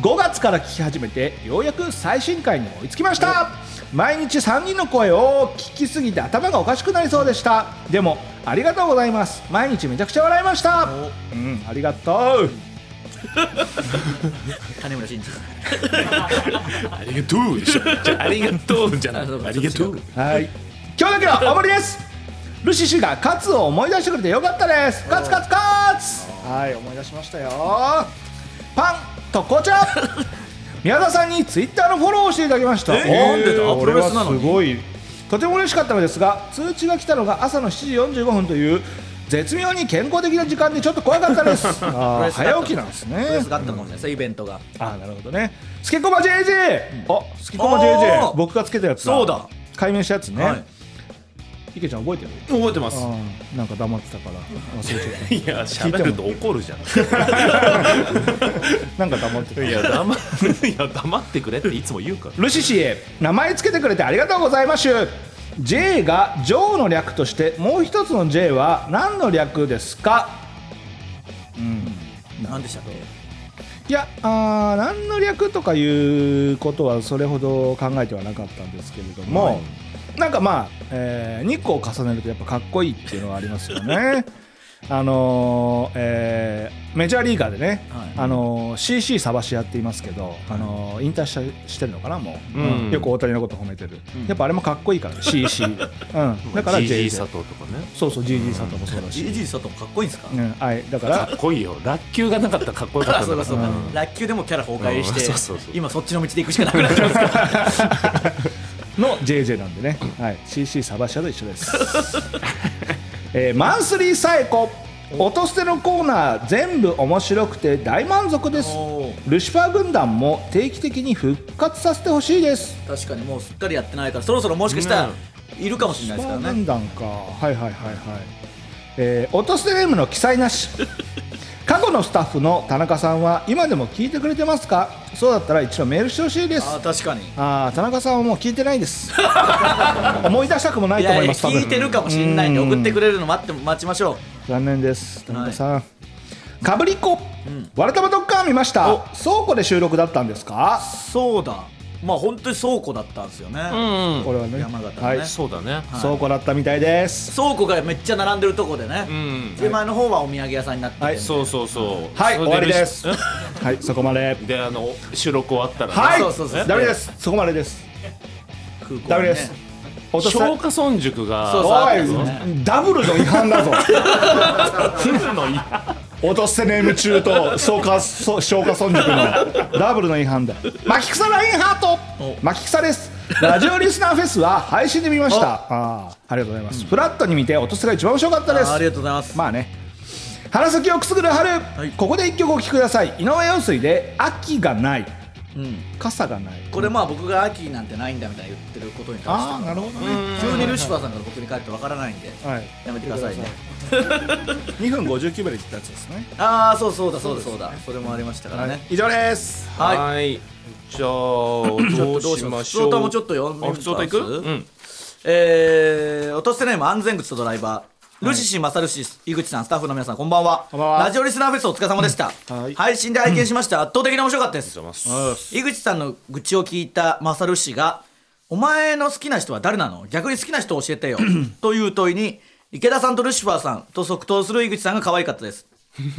Speaker 2: 5月から聞き始めてようやく最新回に追いつきました毎日3人の声を聞きすぎて頭がおかしくなりそうでしたでもありがとうございます毎日めちゃくちゃ笑いましたうんありがとう
Speaker 3: 金村新司
Speaker 1: ありがとうでしょじゃあありがとうじゃないありがとう
Speaker 2: はい。今日だけのおもりです。ルシ氏がカツを思い出してくれてよかったです。カツカツカツ。はい、思い出しましたよ。パンと紅 茶。宮田さんにツイッターのフォローをしていただきました。
Speaker 3: えーなんでだ
Speaker 2: おー
Speaker 3: プロレスなのに
Speaker 2: これはすごい。とても嬉しかったのですが、通知が来たのが朝の7時45分という。絶妙に健康的な時間でちょっと怖かったです。 あー早起きなんですね。
Speaker 3: プレスがあったもんね、そういうイベントが
Speaker 2: あなるほどねスケコバ JJ、あスケコバ
Speaker 3: あ
Speaker 2: JJ
Speaker 3: ー
Speaker 2: 僕がつけたやつだ
Speaker 3: そうだ
Speaker 2: 解明したやつね、
Speaker 3: はい
Speaker 2: 池ちゃん覚えてる
Speaker 1: 覚えてます
Speaker 2: うんなんか黙ってたから忘れちゃっ
Speaker 1: いや喋ると怒るじゃん
Speaker 2: た なんか黙ってた
Speaker 1: いや黙 いや黙ってくれっていつも言うから
Speaker 2: ルシシへ名前つけてくれてありがとうございます J がジョーの略としてもう一つの J は何の略ですか
Speaker 3: 何でしたっけ
Speaker 2: いやあー何の略とかいうことはそれほど考えてはなかったんですけれども、なんかまあ、えー、日光を重ねるとやっぱかっこいいっていうのはありますよ ね。あのーえーメジャーリーガーでね、
Speaker 3: はい
Speaker 2: あのー CC サバシやっていますけど、あのー引退したしてるのかなもう、
Speaker 1: うん
Speaker 2: よく大谷のこと褒めてる、
Speaker 3: うん
Speaker 2: やっぱあれもかっこいいから CC、うん、 だから
Speaker 1: GG
Speaker 2: JJ
Speaker 1: 佐藤とかね
Speaker 2: そうそう GG 佐藤もそうだし、
Speaker 3: ジジイ佐藤かっこいいんですか
Speaker 2: うんはい、だか
Speaker 1: からっこいいよ落球がなかったらかっこよかっ
Speaker 3: あ
Speaker 1: た
Speaker 3: そ
Speaker 1: ん
Speaker 3: う
Speaker 1: だか
Speaker 3: かそう
Speaker 1: ら
Speaker 3: か落球でもキャラ崩壊
Speaker 1: うんそうそう
Speaker 3: し
Speaker 1: そう
Speaker 3: て今そっちの道で行くしかなくなっちゃうんですか
Speaker 2: の JJ なんでね、はい、CC サバシャと一緒です、 えーマンスリーサエコ音捨てのコーナー全部面白くて大満足です
Speaker 3: おー
Speaker 2: ルシファー軍団も定期的に復活させてほしいです
Speaker 3: 確かにもうすっかりやってないからそろそろもしかしたらいるかもしれない
Speaker 2: ル
Speaker 3: で
Speaker 2: シ
Speaker 3: す
Speaker 2: ファー
Speaker 3: からね
Speaker 2: 軍団かはいはいはいはい、えー、音捨てネームの記載なし 過去のスタッフの田中さんは今でも聞いてくれてますかそうだったら一度メールしてほしいです
Speaker 3: あー確かに
Speaker 2: ああ田中さんはもう聞いてないです 思い出したくもないいと
Speaker 3: や
Speaker 2: 思
Speaker 3: い
Speaker 2: い
Speaker 3: や
Speaker 2: ます多分
Speaker 3: 聞いてるかもしれないんで
Speaker 2: うん
Speaker 3: 送ってくれるの待って待ちましょう
Speaker 2: 残念です田中さん、かぶりっこ、わらたまドッカー見ました
Speaker 3: お
Speaker 2: 倉庫で収録だったんですか、
Speaker 3: そうだまあ本当に倉庫だったんですよね、
Speaker 1: うん
Speaker 2: これはね
Speaker 3: 山形のね
Speaker 2: はい
Speaker 3: はい
Speaker 1: そうだね
Speaker 2: 倉庫だったみたいです
Speaker 3: 倉庫がめっちゃ並んでるとこでね、
Speaker 1: うん
Speaker 3: 手前の方はお土産屋さんになってて、
Speaker 2: はい
Speaker 1: そうそうそう
Speaker 2: はい
Speaker 1: それ
Speaker 2: 終わり です
Speaker 1: ルシ
Speaker 2: はいそこまで
Speaker 1: であの収録終わったらね
Speaker 2: はい
Speaker 3: そうそうそう
Speaker 2: ダメですそこまでです
Speaker 3: 空港にね
Speaker 2: ダメです落と
Speaker 1: 消
Speaker 2: さ
Speaker 1: 化村塾が
Speaker 3: そうそう
Speaker 2: お
Speaker 3: そうそう
Speaker 2: いダブルの違反だぞ
Speaker 1: フルのい
Speaker 2: 落とせネーム中と消化そ消化損塾のダブルの違反だ牧草ラインハート牧草ですラジオリスナーフェスは配信で見ましたあーありがとうございます、フラットに見て落とせが一番面白かったです
Speaker 3: あーありがとうございます、
Speaker 2: まあね腹先をくすぐる春、
Speaker 3: い
Speaker 2: ここで一曲お聴きください井上陽水で秋がない
Speaker 3: うん
Speaker 2: 傘がない
Speaker 3: これまあ僕が秋なんてないんだみたいな言ってることに関して
Speaker 2: あ
Speaker 3: は
Speaker 2: あなるほどね
Speaker 3: 急にルシファーさんから僕に帰ってわからないんで
Speaker 2: はい
Speaker 3: やめてくださいね
Speaker 2: 2分59秒で切ったやつですね
Speaker 3: ああそうそうだそうだそうだそれもありましたからね
Speaker 2: 以上です
Speaker 3: はい
Speaker 1: いじゃあどうしましょう
Speaker 3: 普通歌もちょっと読んでみ
Speaker 1: あ普通歌いくうん
Speaker 3: えー、落とせないも安全靴とドライバー。ルシシ、マサルシ、井口さん、スタッフの皆さん、こんばんは。
Speaker 2: こんばんは
Speaker 3: ラジオリスナーフェスお疲れ様でした。
Speaker 2: はい
Speaker 3: 配信で拝見しました。圧倒的に面白かったです。
Speaker 1: ありがとうございます
Speaker 3: 井口さんの愚痴を聞いたマサル氏が「お前の好きな人は誰なの逆に好きな人を教えてよ」 という問いに池田さんとルシファーさんと即答する井口さんが可愛かったです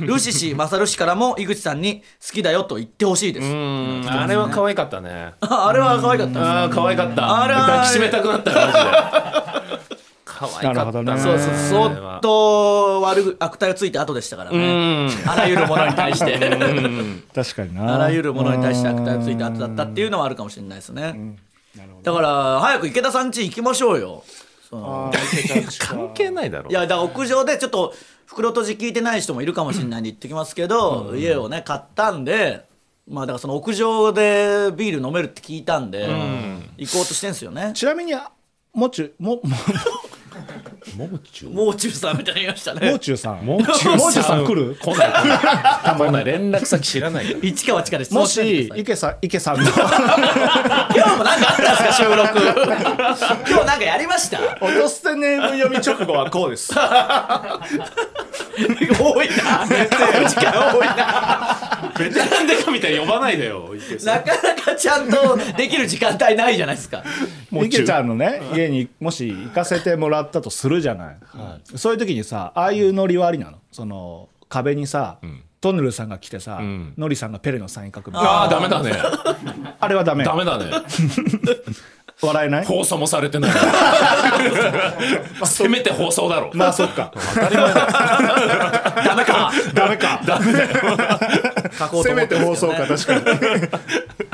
Speaker 3: ルシ氏マサル氏からも井口さんに「好きだよ」と言ってほしいです
Speaker 1: うんあれは可愛かったね
Speaker 3: ああれは可愛かったです
Speaker 1: ああ可愛かった
Speaker 3: あらー
Speaker 1: 抱きしめたくなったよマジで可愛か
Speaker 2: なる
Speaker 1: っ
Speaker 2: ほ
Speaker 1: た
Speaker 2: ど
Speaker 1: な
Speaker 2: ね
Speaker 3: そうそうそ
Speaker 1: あれは
Speaker 3: っと悪く悪態をついて後でしたからねあらゆるものに対して
Speaker 2: 確かにな
Speaker 3: あらゆるものに対して悪態をついて後だったっていうのはあるかもしれないですね、だから早く池田さん家行きましょうよその
Speaker 1: 関係ないだろ
Speaker 3: いやだから屋上でちょっと袋閉じ聞いてない人もいるかもしれないんで言ってきますけど、家をね買ったんでまあだからその屋上でビール飲めるって聞いたんで、行こうとしてんすよね
Speaker 2: ちなみにあもちゅもも
Speaker 1: もう中も
Speaker 3: もう中さんみたいに言いました
Speaker 2: も
Speaker 3: ね
Speaker 2: う中さん
Speaker 1: う中
Speaker 2: もう中さん来る
Speaker 1: 来ない来 ない来ない連絡先知らないから
Speaker 3: 一か八かです
Speaker 2: もし池さん池さんの
Speaker 3: 今日もなんかあったんですか収録 今日なんかやりました
Speaker 2: 落とすてネーム読み直後はこう です
Speaker 3: 多いな時間多いな
Speaker 1: ベテランデカみたいに呼ばないでよ池さん
Speaker 3: なかなかちゃんとできる時間帯ないじゃないですか
Speaker 1: もう中
Speaker 2: 池ちゃんのね家にもし行かせてもらったとするじゃない、そういう時にさああいうノリはありなのその壁にさ、トンネルさんが来てさ、
Speaker 1: ん
Speaker 2: ノリさんがペレのサイン書くみたいな
Speaker 1: ああダメだね
Speaker 2: あれはダメ
Speaker 1: ダメだね
Speaker 2: 笑えない
Speaker 1: 放送もされてないせめて放送だろ
Speaker 2: まあそっか
Speaker 3: ダメか
Speaker 2: ダメかダメ
Speaker 3: 書こうと思ってますけどね
Speaker 2: 確か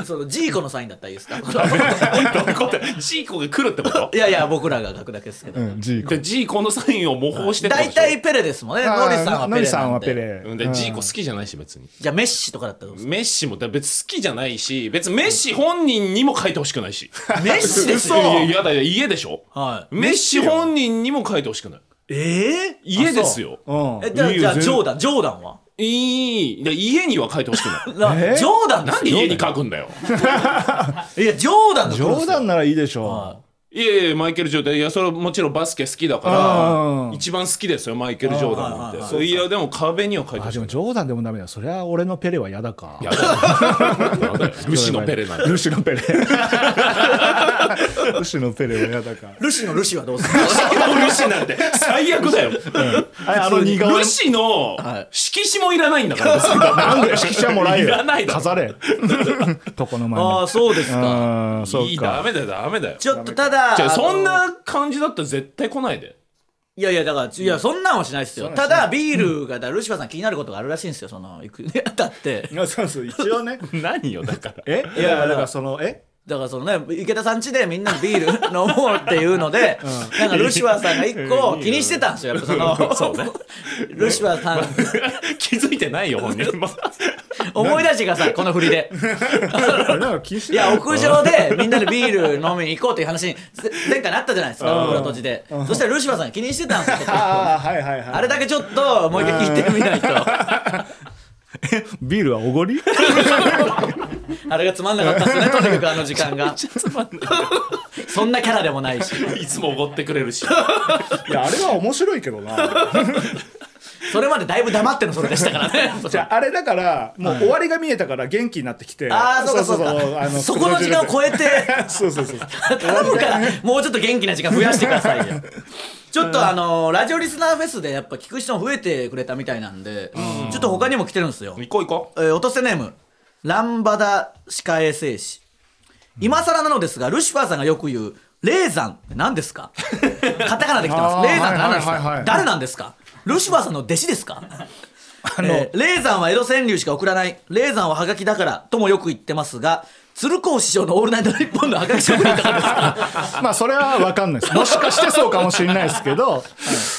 Speaker 2: に
Speaker 3: そのジーコのサインだったらい いですか
Speaker 1: どういうことジーコが来るってこと
Speaker 3: いやいや、僕らが書くだけですけど。
Speaker 2: うんジーコ
Speaker 1: でジーコのサインを模倣してってこと
Speaker 3: 大
Speaker 1: でしょ
Speaker 3: 体ペレですもんね。ノリさんはペレなんで。
Speaker 2: ノリさんはペレ
Speaker 1: うんでジーコ好きじゃないし別に
Speaker 3: じゃあメッシとかだったらどうです
Speaker 1: メッシもだ別に好きじゃないし別にメッシ本人にも書いてほしくないし
Speaker 3: かメッシですよ
Speaker 1: い。やいやだよ家でしょ、
Speaker 3: はい
Speaker 1: メッシ本人にも書いてほしくない
Speaker 3: え
Speaker 1: 家ですよ
Speaker 2: うん
Speaker 3: えじゃあ、
Speaker 1: いいよ
Speaker 3: じゃあ
Speaker 1: 全然
Speaker 3: ジョーダン、ジョーダンは。
Speaker 1: いいだ家には書いてほしくない
Speaker 3: な
Speaker 2: えー
Speaker 3: ジョーダンで
Speaker 1: なん
Speaker 3: す
Speaker 1: で
Speaker 3: よ。
Speaker 1: 家に書くんだよ
Speaker 3: いや、ジョーダンの
Speaker 2: 冗談ならいいでしょ
Speaker 3: は
Speaker 2: う
Speaker 1: いいやいやマイケル・ジョーダンいやそれはもちろんバスケ好きだから一番好きですよマイケル・ジョーダンなんてそういやでも壁には書いて
Speaker 2: あ
Speaker 1: る
Speaker 2: でも冗談でもダメだそりゃ俺のペレは嫌だか
Speaker 1: やだよやだよルシのペレなんて
Speaker 2: ルシのペレルシのペレは嫌だか
Speaker 3: ルシのルシはどうする
Speaker 1: ルシなんて最悪だよ
Speaker 2: あの似顔絵
Speaker 1: ルシの
Speaker 3: はい
Speaker 1: 色紙もいらないんだから別に
Speaker 2: なんで指揮者もらえよ
Speaker 1: いらないだろ
Speaker 2: 飾れ 床の間に
Speaker 3: ああそうですか
Speaker 2: あーそう
Speaker 1: いいダ
Speaker 2: か
Speaker 1: メだよダメだよ
Speaker 3: ちょっとただ
Speaker 1: じゃあそん
Speaker 3: あの
Speaker 1: な感じだったら絶対来ないで
Speaker 3: いやいやだからいやそんなんはしないですよただビールがだからルシファーさん気になることがあるらしいんですよその行く にあたって
Speaker 2: いやそうそう一応ね
Speaker 1: 何よだから
Speaker 2: えいやだからそのえ
Speaker 3: だからそのね池田さん家でみんなでビール飲もうっていうので、なんかルシファーさんが一 個気にしてたんですよやっ ぱその
Speaker 1: そうね
Speaker 3: ルシファーさん
Speaker 1: 気づいてないよ本人も
Speaker 3: 思い出してくださいこの振りで
Speaker 2: なんか気にして
Speaker 3: いや屋上でみんなでビール飲みに行こうっていう話にぜ前回なったじゃないですか僕らとじでそしたらルシファーさんが気にしてたん ですよ
Speaker 2: ああはいはいはい
Speaker 3: あれだけちょっともう一回聞いてみないと
Speaker 2: ビールはおごり
Speaker 3: あれがつまんなかったです ねとにかくあの時間がそんなキャラでもないし
Speaker 1: いつもおごってくれるし
Speaker 2: いやあれは面白いけどな
Speaker 3: それまでだいぶ黙ってのそれでしたからね
Speaker 2: じゃああれだからもう終わりが見えたから元気になってきて
Speaker 3: ああそうかそう
Speaker 2: あ
Speaker 3: かそこの時間を超えて
Speaker 2: そうそうそう
Speaker 3: 頼むからもうちょっと元気な時間増やしてくださ いよちょっとあのラジオリスナーフェスでやっぱ聞く人も増えてくれたみたいなんでちょっと他にも来てるんですよ
Speaker 1: 行こう行こ
Speaker 3: えー、落とせネームランバダ歯科衛生士今更なのですがルシファーさんがよく言う霊山って何で すかカタカナできてま
Speaker 2: あー
Speaker 3: す霊山って何なんですか、
Speaker 2: はいはいはいはい
Speaker 3: 誰なんですかルシファーさんの弟子ですかあの、えー霊山は江戸川柳しか送らない霊山はハガキだからともよく言ってますが鶴光師匠の「オールナイトニッポン」のハガキ職人とかですか
Speaker 2: まあそれは分かんないですもしかしてそうかもしれないですけど、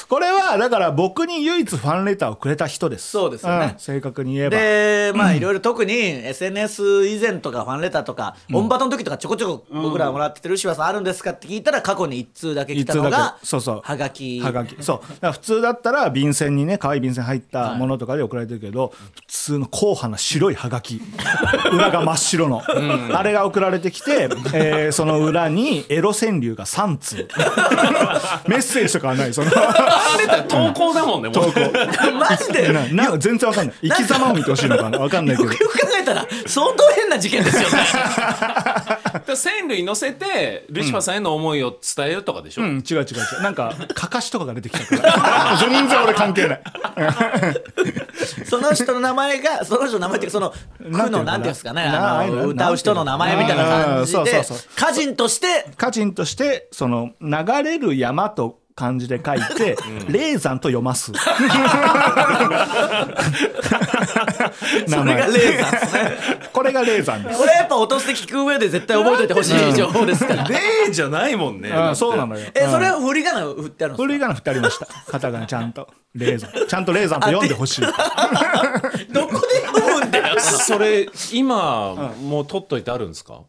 Speaker 2: これはだから僕に唯一ファンレターをくれた人です
Speaker 3: そうですよね
Speaker 2: ん正確に言えば
Speaker 3: でまあいろいろ特に SNS 以前とかファンレターとか、オンバトの時とかちょこちょこ僕らもらっててる柴さんあるんですかって聞いたら過去に一通だけ来たの
Speaker 2: 一通だ
Speaker 3: が
Speaker 2: けそうそう
Speaker 3: はがき
Speaker 2: はがきそうだから普通だったら便箋にね可愛い便箋入ったものとかで送られてるけど、普通の硬派な白いはが き裏が真っ白の、あれが送られてきて、えーその裏にエロ川柳が3通 メッセージとかはないその
Speaker 1: う投稿だもんねもう
Speaker 3: マジでよ
Speaker 2: なな全然分かんない生き様を見てほしいのかな分かんないけど
Speaker 3: くよく考えたら相当変な事件ですよね
Speaker 1: だから線類乗せてルシファーさんへの思いを伝えるとかでしょ、
Speaker 2: うん、違う違う違う。なんか、かかしとかが出てきたから。全然俺関係ない。
Speaker 3: その人の名前がその人の名前っていうかその区のなんていうんですかね
Speaker 2: な
Speaker 3: あ
Speaker 2: なな
Speaker 3: の歌う人の名前みたいな感じ
Speaker 2: あーそ
Speaker 3: で
Speaker 2: うそうそう
Speaker 3: 歌人として
Speaker 2: 家人として、その、流れる山と漢字で書いて、霊山と読ます。名
Speaker 3: それが
Speaker 2: 前。
Speaker 3: 霊山ですね
Speaker 2: これが霊山です。
Speaker 3: これやっぱ落として聞く上で絶対覚えといてほしい情報ですから
Speaker 1: 例じゃないもんね
Speaker 2: うん、そうなのよ。
Speaker 3: えそれは振り仮名振ってあるんです
Speaker 2: 古いがな振ってありました。片がちゃんと。霊山。ちゃんと霊山と読んでほしい。
Speaker 3: かどこで読むんだよ
Speaker 1: それ今、もう取っといてあるんですか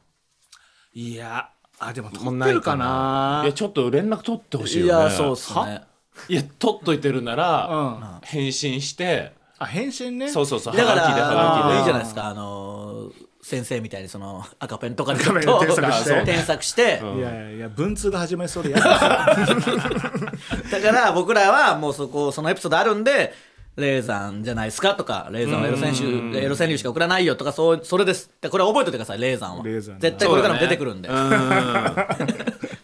Speaker 2: いや、あ、でも
Speaker 1: もう
Speaker 2: 撮っ
Speaker 1: な
Speaker 2: て
Speaker 1: い
Speaker 2: るかない
Speaker 1: やちょっと連絡取ってほしいよ
Speaker 3: い
Speaker 1: ね
Speaker 3: やそうっす
Speaker 1: は
Speaker 3: ね
Speaker 1: いや取っといてるなら、
Speaker 2: う
Speaker 1: 返信して
Speaker 2: あ、返信ね。
Speaker 1: そうそうそう
Speaker 3: だから
Speaker 1: はがきではがき
Speaker 3: い
Speaker 1: で
Speaker 3: いじゃないですかあのー先生みたいにその 赤ペンとかでちょっ
Speaker 2: 赤
Speaker 3: と
Speaker 2: ペンで添削して
Speaker 3: 添削して
Speaker 2: いやいやいや、文通が始まりそうで嫌だ。
Speaker 3: だから僕らはもうそこそのエピソードあるんで霊山じゃないですかとか霊山はエロ選手エロ川柳しか送らないよとかそうそれですだからこれ覚えておいてください霊山は
Speaker 2: 霊山な
Speaker 3: 絶対これからも出てくるんで
Speaker 1: そうだね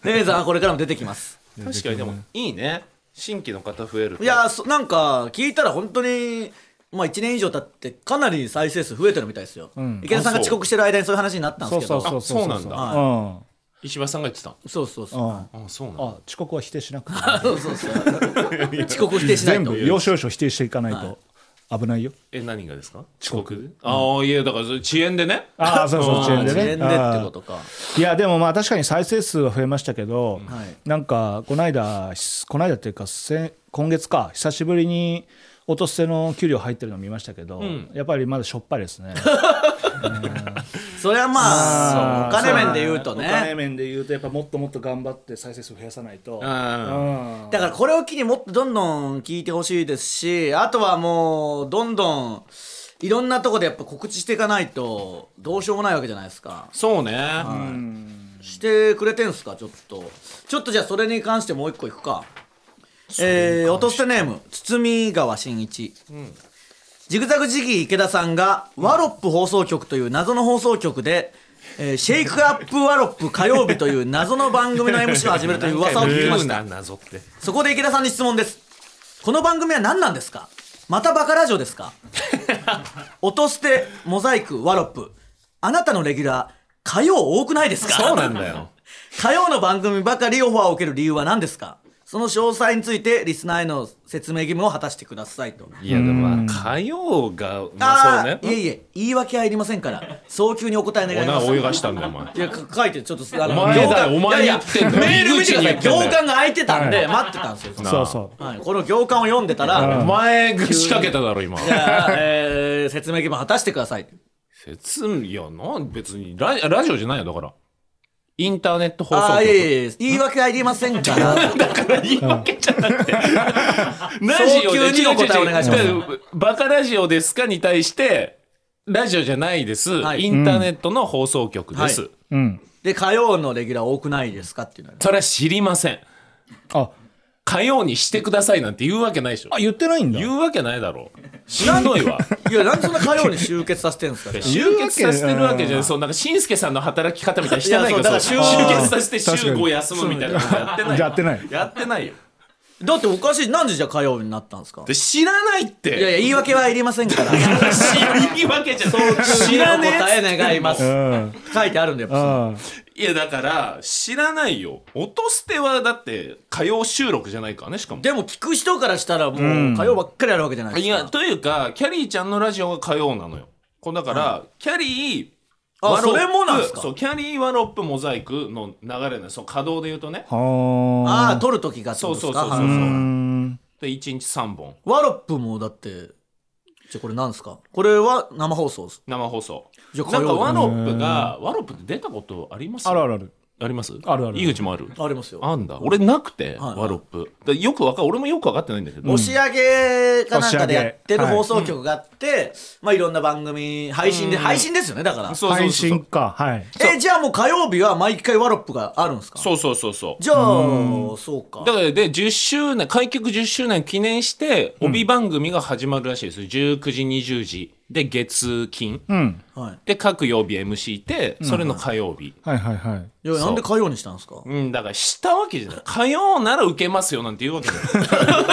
Speaker 3: 霊山はこれからも出て きます
Speaker 1: うん確かにでもいいね新規の方増えると
Speaker 3: いやそなんか聞いたら本当にまあ1年以上経ってかなり再生数増えてるみたいですよ、池田さんが遅刻してる間にそういう話になったんですけど
Speaker 1: そうそうそうあそうなん
Speaker 3: だ
Speaker 2: うん。
Speaker 1: 石破さんが言ってた
Speaker 3: そうそうそう、
Speaker 2: あ
Speaker 1: あそうなんだ
Speaker 2: あ遅刻は否定しなくて
Speaker 3: そうそうそう。遅刻否定しない
Speaker 2: 全
Speaker 3: と
Speaker 2: 部。要所要所否定していかないと危ないよ
Speaker 1: え何がですか遅刻ああいやだからそれ遅延でね
Speaker 2: あ あそうそう遅
Speaker 3: 遅
Speaker 2: 延
Speaker 3: 延
Speaker 2: で
Speaker 3: で
Speaker 2: ね
Speaker 3: ってことか。
Speaker 2: いやでもまあ確かに再生数は増えましたけど、
Speaker 3: はい
Speaker 2: なんかこの間しこの間っていうか先今月か久しぶりに音捨ての給料入ってるの見ましたけど、やっぱりまだしょっぱいです ね
Speaker 3: それはまあ、そうお金面で言うと
Speaker 2: お金
Speaker 3: ね。
Speaker 2: 面で言うとやっぱもっともっと頑張って再生数増やさないと、
Speaker 1: うん
Speaker 3: だからこれを機にもっとどんどん聞いてほしいですし、あとはもう、どんどん、いろんなとこでやっぱ告知していかないと、どうしようもないわけじゃないですか。
Speaker 1: そうね、
Speaker 3: してくれてんすかちょっとちょっとじゃあそれに関してもう一個いくかえー、落とせネーム堤川真一、ジグザグジギー池田さんがワロップ放送局という謎の放送局で、えーシェイクアップワロップ火曜日という謎の番組の MC を始めると いう噂を聞きまし
Speaker 1: 何
Speaker 3: た
Speaker 1: 回も言うな謎って
Speaker 3: そこで池田さんに質問です。この番組は何なんですかまたバカラジオで すか音捨て、モザイク、ワロップ。あなたのレギュラー、火曜多くないですか
Speaker 1: そうなんだよ
Speaker 3: 火曜の番組ばかりオファーを受ける理由は何ですかその詳細についてリスナーへの説明義務を果たしてくださいと。
Speaker 1: いやでもまあ火曜がまあそうね
Speaker 3: いえいえ、言い訳はいりませんから、早急にお答え願い
Speaker 1: おな
Speaker 3: ます。
Speaker 1: お湯がしたんだよお前
Speaker 3: いや、か書いてる、ちょっと、あ
Speaker 1: お前だよ
Speaker 3: 行間
Speaker 1: お前に言ってんだよ
Speaker 3: いやいやメール見てくださ
Speaker 1: 井
Speaker 3: い。
Speaker 1: 口に言ってん
Speaker 3: 行
Speaker 1: だよ
Speaker 3: 間が空いてたんで、待ってたんですよ。
Speaker 1: なあ
Speaker 2: そうそう
Speaker 3: はい、この行間を読んでたら、
Speaker 1: お前が仕掛けただろ今
Speaker 3: じゃあ、えー説明義務果たしてください。
Speaker 1: 説明いやなん別にララジオじゃないよだからインターネット放送
Speaker 3: ああ、い
Speaker 1: 局
Speaker 3: えいえ、言い訳ありませ んから。
Speaker 1: ラ
Speaker 3: 早急にお答えお願いします
Speaker 1: すバカラジオですかに対してラジオじゃないです、
Speaker 3: はい
Speaker 1: インターネットの放送局です、
Speaker 3: はい
Speaker 2: うん
Speaker 3: で、火曜のレギュラー多くないですかっていうのはね
Speaker 1: それは知りません
Speaker 2: あ
Speaker 1: 火曜にしてくださいなんて言うわけないでしょ
Speaker 2: あ言ってないんだ
Speaker 1: 言うわけないだろうしんどいわ
Speaker 3: いや、なんでそんな火曜に集結させてるんですか
Speaker 1: 集結させてるわけじゃないそうなんかしんすけさんの働き方みたいにしてない
Speaker 3: いやそう
Speaker 1: け
Speaker 3: だか
Speaker 1: ど
Speaker 3: ら
Speaker 1: 集
Speaker 3: 集
Speaker 1: 結させて
Speaker 2: 確
Speaker 1: 週
Speaker 2: かに
Speaker 1: 5休むみたいなことやってない
Speaker 2: やってない
Speaker 1: やってないよ
Speaker 3: だっておかしい。なんでじゃあ火曜になったんですか
Speaker 1: で知らないっ
Speaker 3: いやい
Speaker 1: て
Speaker 3: や、言い訳はいりませ んから。
Speaker 1: 知るわけじゃない知らね
Speaker 3: お答え願いま
Speaker 2: う
Speaker 3: す。
Speaker 2: ん
Speaker 3: 書いてあるんで、やっぱ
Speaker 2: あ
Speaker 1: えいやだから知らないよ音捨てはだって火曜収録じゃないからねしかも
Speaker 3: でも聞く人からしたら、もう火曜ばっかりやるわけじゃないです
Speaker 1: い
Speaker 3: か。
Speaker 1: やというかキャリーちゃんのラジオが火曜なのよこうだから、キャリー
Speaker 3: あ
Speaker 1: ワロップ
Speaker 3: それもなんすか
Speaker 1: そうキャリーワロップモザイクの流れのその稼働で言うとね
Speaker 2: あは
Speaker 3: ああ、撮る時がって
Speaker 1: そ
Speaker 3: こ
Speaker 1: う
Speaker 3: とで
Speaker 1: そう
Speaker 3: す
Speaker 1: そう
Speaker 3: か
Speaker 1: そう
Speaker 3: は
Speaker 1: そ
Speaker 3: いう
Speaker 2: うん
Speaker 1: で1日3本
Speaker 3: ワロップもだって、じゃあこれなんですかこれは生放送です。
Speaker 1: 生放送
Speaker 3: じゃあ火
Speaker 1: なんか
Speaker 3: 曜
Speaker 1: ワロップがワロップって出たことあります
Speaker 2: あるあるある
Speaker 1: あります
Speaker 2: あるある
Speaker 1: 井口もある
Speaker 3: ありますよ。
Speaker 1: あんだ俺なくて、
Speaker 3: はい
Speaker 1: ワロップだよくわか俺もよく分かってないんだけど、
Speaker 3: 押し上げかなんかでやってる
Speaker 2: 押し上げ
Speaker 3: 放送局があって、まあいろんな番組配信で配信ですよねだから
Speaker 1: そうそうそう
Speaker 2: 配信かはい
Speaker 3: えじゃあもう火曜日は毎回ワロップがあるんですか
Speaker 1: そうそうそうそう
Speaker 3: じゃあそうか
Speaker 1: だからで10周年開局10周年記念して帯番組が始まるらしいです、19時20時で月金、
Speaker 2: うん
Speaker 3: はい
Speaker 1: で各曜日 MC いてそれの火曜日、
Speaker 2: はいはいはい
Speaker 3: いやなんで火曜にしたんですか
Speaker 1: うん、だからしたわけじゃない火曜なら受けますよなんて言うわけじゃない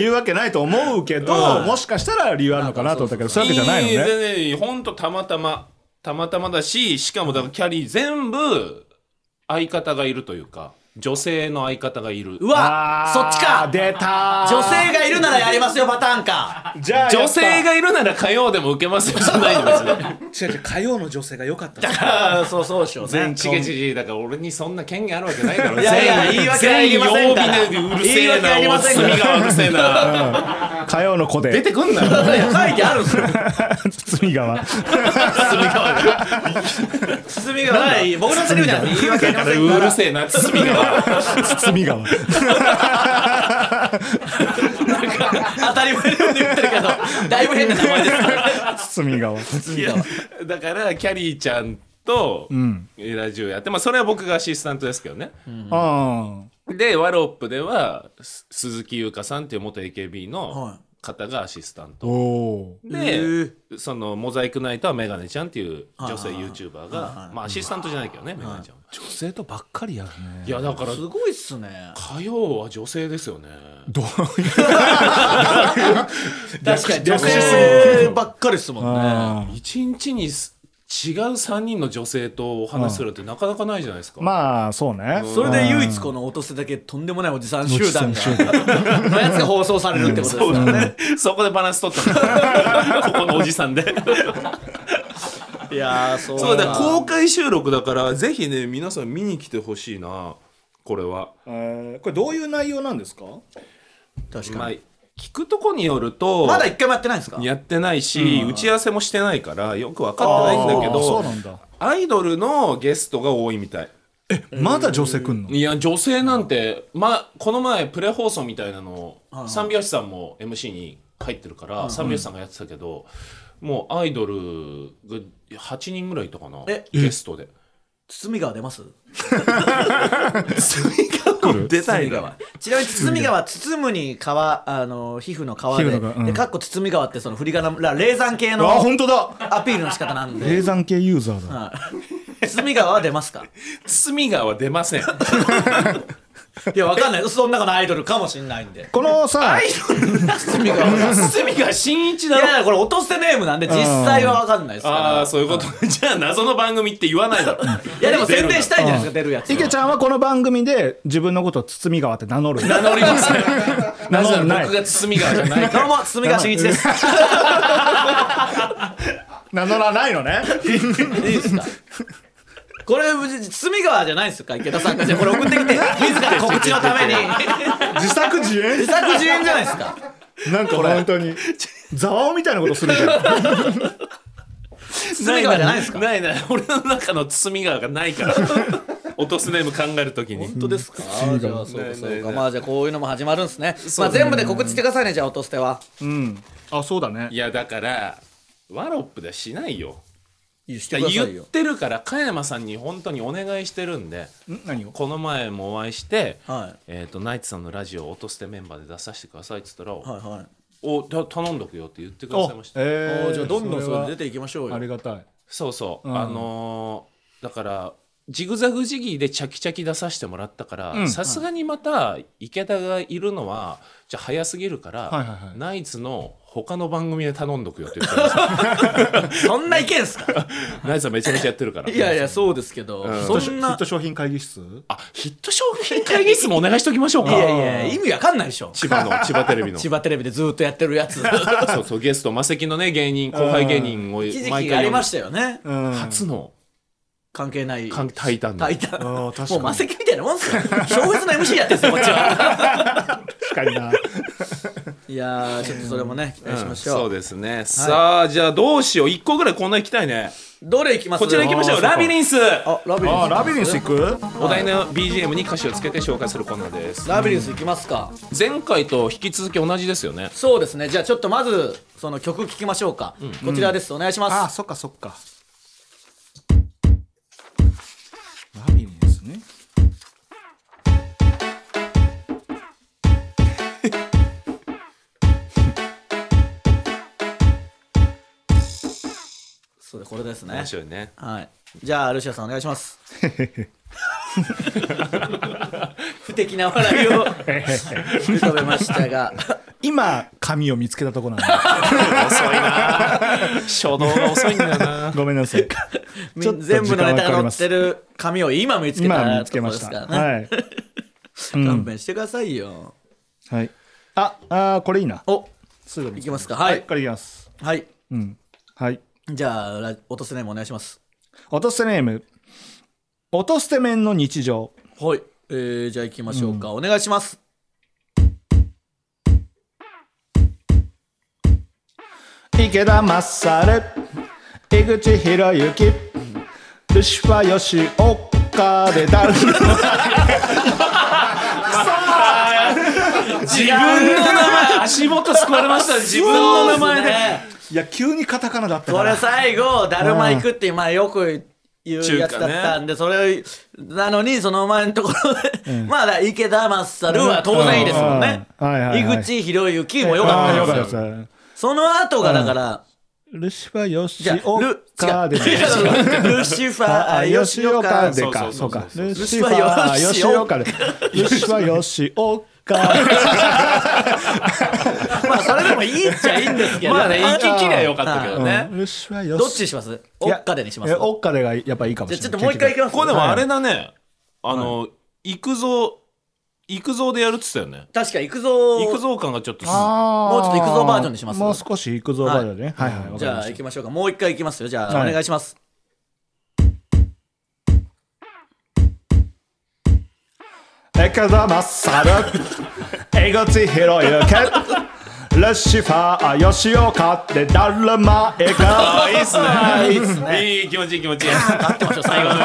Speaker 2: 言うわけないと思うけど、もしかしたら理由あるのかなと思ったけど、そういうわけじゃない
Speaker 1: いい
Speaker 2: のね。
Speaker 1: 全然いいほんとたまたまたまたまだししかもだからキャリー全部相方がいるというか女性の相方がいる
Speaker 3: うわそっちか
Speaker 2: 出た
Speaker 3: 女性がいるならやりますよパターンか
Speaker 2: じゃあ
Speaker 1: 女性がいるなら火曜でも受けますよじゃないの別 に
Speaker 2: 違う違う火曜の女性が良かった
Speaker 3: ああ そうそうでしょうね
Speaker 1: ちげちげだから俺にそんな権限あるわけないだろ
Speaker 3: いやいや言い訳ありませんから
Speaker 1: 全曜日でうるせえ
Speaker 3: 言い訳あり
Speaker 1: なお
Speaker 3: ませんか
Speaker 1: 墨
Speaker 3: ら
Speaker 1: がうるせえな
Speaker 2: 火曜の子
Speaker 1: 出
Speaker 2: で
Speaker 1: てくんなよ
Speaker 3: いや書いてあるんですよ
Speaker 2: 堤川
Speaker 3: 堤がない僕のセリフじゃない言い訳ありません
Speaker 1: う
Speaker 3: か
Speaker 1: る
Speaker 3: ら
Speaker 1: せえな墨が
Speaker 2: 堤川
Speaker 3: 当たり前のように言ってる けどだいぶ変な名前です
Speaker 2: 堤川
Speaker 1: いや だからキャリーちゃんとラジオやって、まあ、それは僕がアシスタントですけどね、
Speaker 2: あ
Speaker 1: でワロップではす鈴木優香さんっていう元 AKB
Speaker 3: はい
Speaker 1: の方がアシスタン
Speaker 2: あ
Speaker 1: ト、
Speaker 2: おおー
Speaker 1: で、
Speaker 3: へー
Speaker 1: そのモザイクナイトはメガネちゃんっていう女性
Speaker 3: はいはいはい
Speaker 1: YouTuber
Speaker 3: はいはい
Speaker 1: が
Speaker 3: はい
Speaker 1: まあアシスタントじゃないけどねメガネちゃんは、
Speaker 2: 女性とばっかりやるね
Speaker 1: いやだから
Speaker 3: すごいっすね
Speaker 1: 火曜は女性ですよね
Speaker 2: どう
Speaker 3: 確かに女
Speaker 2: 略し
Speaker 3: 性ばっかりですもんね
Speaker 2: あー
Speaker 1: 一日にす違う3人の女性とお話しするってなかなかないじゃないですか、
Speaker 2: まあそうね
Speaker 3: それで唯一この落とせだけとんでもないおじさん集団
Speaker 2: お
Speaker 3: が
Speaker 2: じさん集
Speaker 3: のやつが放送されるってことです
Speaker 1: そう
Speaker 3: よ
Speaker 1: だ
Speaker 3: ね
Speaker 1: ねそこでバランス取ったのここのおじさ んで
Speaker 3: いやーそう
Speaker 1: そうだ公
Speaker 3: こ
Speaker 1: 開収録だからぜひね皆さん見に来てほしいなこれは
Speaker 2: えーこれどういう内容なんですか
Speaker 3: う確
Speaker 1: ま
Speaker 3: か
Speaker 1: あ
Speaker 3: に
Speaker 1: 聞くとこによると
Speaker 3: まだ一回もやってないんですか
Speaker 1: やってないし、打ち合わせもしてないからよく分かってないんだけ
Speaker 2: あーそう
Speaker 1: ど
Speaker 2: なんだ
Speaker 1: アイドルのゲストが多いみたい
Speaker 2: まだ女性くんの
Speaker 1: いや女性なんて、ま、この前プレ放送みたいなのを三拍子さんも MC に入ってるから三拍子さんがやってたけど、もうアイドルが8人ぐらいいたかな
Speaker 3: え
Speaker 1: ゲストで
Speaker 3: 堤川出ます
Speaker 7: 隅川出たい
Speaker 3: 堤
Speaker 7: な
Speaker 3: 川ちなみに堤川包むに皮あの皮膚の皮
Speaker 2: 皮
Speaker 3: で
Speaker 2: 膚の皮うん
Speaker 3: でかっこ堤川ってその振り仮名ら霊山系
Speaker 2: あ
Speaker 3: の
Speaker 2: 本当だ
Speaker 3: アピールの仕方なんで
Speaker 2: 霊山系ユーザーだ
Speaker 3: はい堤川は出ますか
Speaker 1: 堤川は出ません
Speaker 3: いやわかんないその中のアイドルかもしんないんで
Speaker 2: このさ
Speaker 3: 堤川はい
Speaker 1: 堤川真一だ
Speaker 3: やい
Speaker 1: ろ
Speaker 3: やこれ落とせネームなんで実際はわかんないです
Speaker 1: あ
Speaker 3: か
Speaker 1: あそういうことじゃあ謎の番組って言わないだろ
Speaker 3: らいやでも宣伝したいんじゃないですか出るやつは
Speaker 2: 池ちゃんはこの番組で自分のことを堤川って名乗る
Speaker 1: 名乗りませんなぜ
Speaker 2: 名乗る
Speaker 1: な
Speaker 2: な
Speaker 1: ら
Speaker 2: い
Speaker 1: 僕が堤川じゃないから
Speaker 3: どうも堤川真一です
Speaker 2: 名乗らないのね
Speaker 3: いいですかこれ堤川じゃないですか池田さんがじゃあこれ送ってきて自ら告知のために
Speaker 2: 自作自演
Speaker 3: 自作自演じゃないですか
Speaker 2: なんか本当にざわおみたいなことするじゃん
Speaker 3: 堤川じゃないですか
Speaker 1: ないない俺の中の堤川がないから 落とすネーム考えるときに
Speaker 3: 本当ですかじゃあそうかそう
Speaker 1: ねえね
Speaker 3: か
Speaker 1: え
Speaker 3: まあじゃあこういうのも始まるんですねまあ
Speaker 1: だね
Speaker 3: 全部で告知してくださいねじゃあ音捨ては
Speaker 2: うんあそうだね
Speaker 1: いやだからワロップではしないよ
Speaker 3: いいしてください
Speaker 1: 言
Speaker 3: よ
Speaker 1: ってるから加山さんに本当にお願いしてるんで
Speaker 2: ん何を
Speaker 1: この前もお会いして、
Speaker 3: はい
Speaker 1: えー、とナイツさんのラジオを落とすてメンバーで出させてくださいって言ったら「
Speaker 3: はいはい
Speaker 1: おた頼んどくよ」って言ってくだ
Speaker 2: お
Speaker 1: さいました
Speaker 2: え
Speaker 3: あ
Speaker 2: ー
Speaker 3: ーじゃあどんどんそれ出
Speaker 2: て
Speaker 3: ていきましょう
Speaker 2: あり
Speaker 3: よ
Speaker 2: がたい
Speaker 1: そうそう、
Speaker 2: うん
Speaker 1: あのーだからジグザグジギーでチャキチャキ出させてもらったから
Speaker 2: ん
Speaker 1: さすがにまた池田がいるのはじゃあ早すぎるから、
Speaker 2: はいはいはい
Speaker 1: ナイツの他の番組で頼んどくよって言ったんです よ
Speaker 3: そんないけんすか
Speaker 1: ナイツはめちゃめちゃやってるから
Speaker 3: いやいやそうですけど
Speaker 2: ヒ
Speaker 3: そん
Speaker 2: ッ
Speaker 3: な
Speaker 2: ト商品会議室
Speaker 1: あヒット商品会議室もお願いしておきましょう
Speaker 3: い
Speaker 1: か
Speaker 3: やいや意味わかんないでしょ
Speaker 1: 千葉 の千葉テレビの
Speaker 3: 千葉テレビでずーっとやってるやつ
Speaker 1: そうそうゲストマセキのね芸人後輩芸人を
Speaker 3: 一時
Speaker 1: 毎
Speaker 3: 期あ
Speaker 1: 回呼
Speaker 3: り
Speaker 1: んで
Speaker 3: ましたよね
Speaker 2: うん
Speaker 1: 初の
Speaker 3: 関係ない
Speaker 1: 関タイタンの
Speaker 3: タイタン
Speaker 2: あー確か
Speaker 3: もう
Speaker 2: に
Speaker 3: 魔石みたいなもんっすよ小説の MC やってるんですよこっちは
Speaker 2: 確かにない
Speaker 3: やーちょっとそれもね期待しまし
Speaker 1: うん
Speaker 3: ょ
Speaker 1: そう
Speaker 3: う
Speaker 1: ですね、さあじゃあどうしよう一個ぐらいこんな行きたいね
Speaker 3: どれいきます
Speaker 1: こちら行きましょうラビリンス
Speaker 3: あラビリンス
Speaker 2: あーラビリンス行く
Speaker 1: お題の BGM に歌詞をつけて紹介するコーナーです
Speaker 3: ラビリンスいきますか
Speaker 1: 前回と引き続き同じですよね
Speaker 3: そうですねじゃあちょっとまずその曲聴きましょうか、こちらですお願いし
Speaker 2: あ
Speaker 3: ま
Speaker 2: ー
Speaker 3: す、
Speaker 2: そっかそっかラビリンスね
Speaker 3: そうこれですね
Speaker 1: 面白いね
Speaker 3: はいじゃあルシアさんお願いします不敵な笑いを浮かべましたが
Speaker 2: 今紙を見つけたとこなんで
Speaker 1: 初動が遅いんだよな
Speaker 2: ごめんなさい
Speaker 3: み
Speaker 2: ちょっと
Speaker 3: 全部のネタ
Speaker 2: 時間はかか
Speaker 3: が
Speaker 2: り
Speaker 3: 載
Speaker 2: ま
Speaker 3: っ
Speaker 2: す
Speaker 3: てる紙を今見つけた
Speaker 2: 今見つけ
Speaker 3: とこ
Speaker 2: ま
Speaker 3: で
Speaker 2: し
Speaker 3: す
Speaker 2: た
Speaker 3: からね、
Speaker 2: はい
Speaker 3: 勘弁してくださいよ
Speaker 2: はいああーこれいいな
Speaker 3: お
Speaker 2: すぐ見
Speaker 3: い
Speaker 2: つ
Speaker 3: き
Speaker 2: け
Speaker 3: ま
Speaker 2: ます
Speaker 3: か
Speaker 2: は
Speaker 3: はいい
Speaker 2: これいきます
Speaker 3: はい
Speaker 2: うんはい
Speaker 3: じゃあラ落とせないもお願いします
Speaker 2: 音捨てネーム音捨て面の日常
Speaker 3: はいえー、じゃあ行きましょうか、お願いします
Speaker 2: 池田マッサル井口博之ルシファー吉岡でだる
Speaker 1: 自分の名前足元救われました 自分の名前で
Speaker 2: いや急にカタカナだった
Speaker 3: こ
Speaker 2: か
Speaker 3: れ
Speaker 2: ら
Speaker 3: 最後だるま行くっていうまあよく言うやつだったんで、それをなのにその前のところで、まあだから池田マッサルは当然いいですもんね、
Speaker 2: うんはいはいはい
Speaker 3: 井口博之もよかったですよ
Speaker 2: あーよかった
Speaker 3: その後がだから、
Speaker 2: ルシファー
Speaker 3: じゃあ
Speaker 2: 吉
Speaker 3: ル
Speaker 2: 岡で
Speaker 3: 違
Speaker 2: だる
Speaker 3: うルシファ
Speaker 2: あ
Speaker 3: ー
Speaker 2: 吉
Speaker 3: 吉岡
Speaker 2: 岡で
Speaker 1: そ
Speaker 2: か
Speaker 1: う
Speaker 2: そ
Speaker 1: そううそう
Speaker 2: か
Speaker 1: そう
Speaker 2: ルシファー吉岡でルシファー吉岡
Speaker 3: まあそれでもいいっちゃいいんですけど
Speaker 1: まあね行ききりゃよかったけどね、
Speaker 2: うんルシファー吉
Speaker 3: どっちにします
Speaker 2: いや
Speaker 3: 岡でにします
Speaker 2: え
Speaker 3: じ
Speaker 2: 岡でがやっぱいいかもし
Speaker 3: ゃあ
Speaker 2: れな
Speaker 3: ち
Speaker 2: い
Speaker 3: ょっともう一回いきます
Speaker 1: これでもあれだね、あの、行くぞ行くぞでやるっつったよね
Speaker 3: 確か行くぞ
Speaker 1: 行くぞ感がちょっとす
Speaker 2: も
Speaker 3: もうちょっと行くぞバージョンにします
Speaker 2: もう少し行くぞバージョンね。はいはい。わか
Speaker 3: じ
Speaker 2: り
Speaker 3: ゃ
Speaker 2: ま
Speaker 3: あ
Speaker 2: し
Speaker 3: 行きましょうかもう一回行きますよじゃあ、
Speaker 2: はい
Speaker 3: お願いします
Speaker 2: たエクザマッサル、エゴチヒロユケ、ルシファー吉岡ってだるまえ
Speaker 1: あ
Speaker 2: か。
Speaker 1: ーいいっ すねいいっすねいい気持ちいい気持ちいい
Speaker 3: 合ってましょう最後 の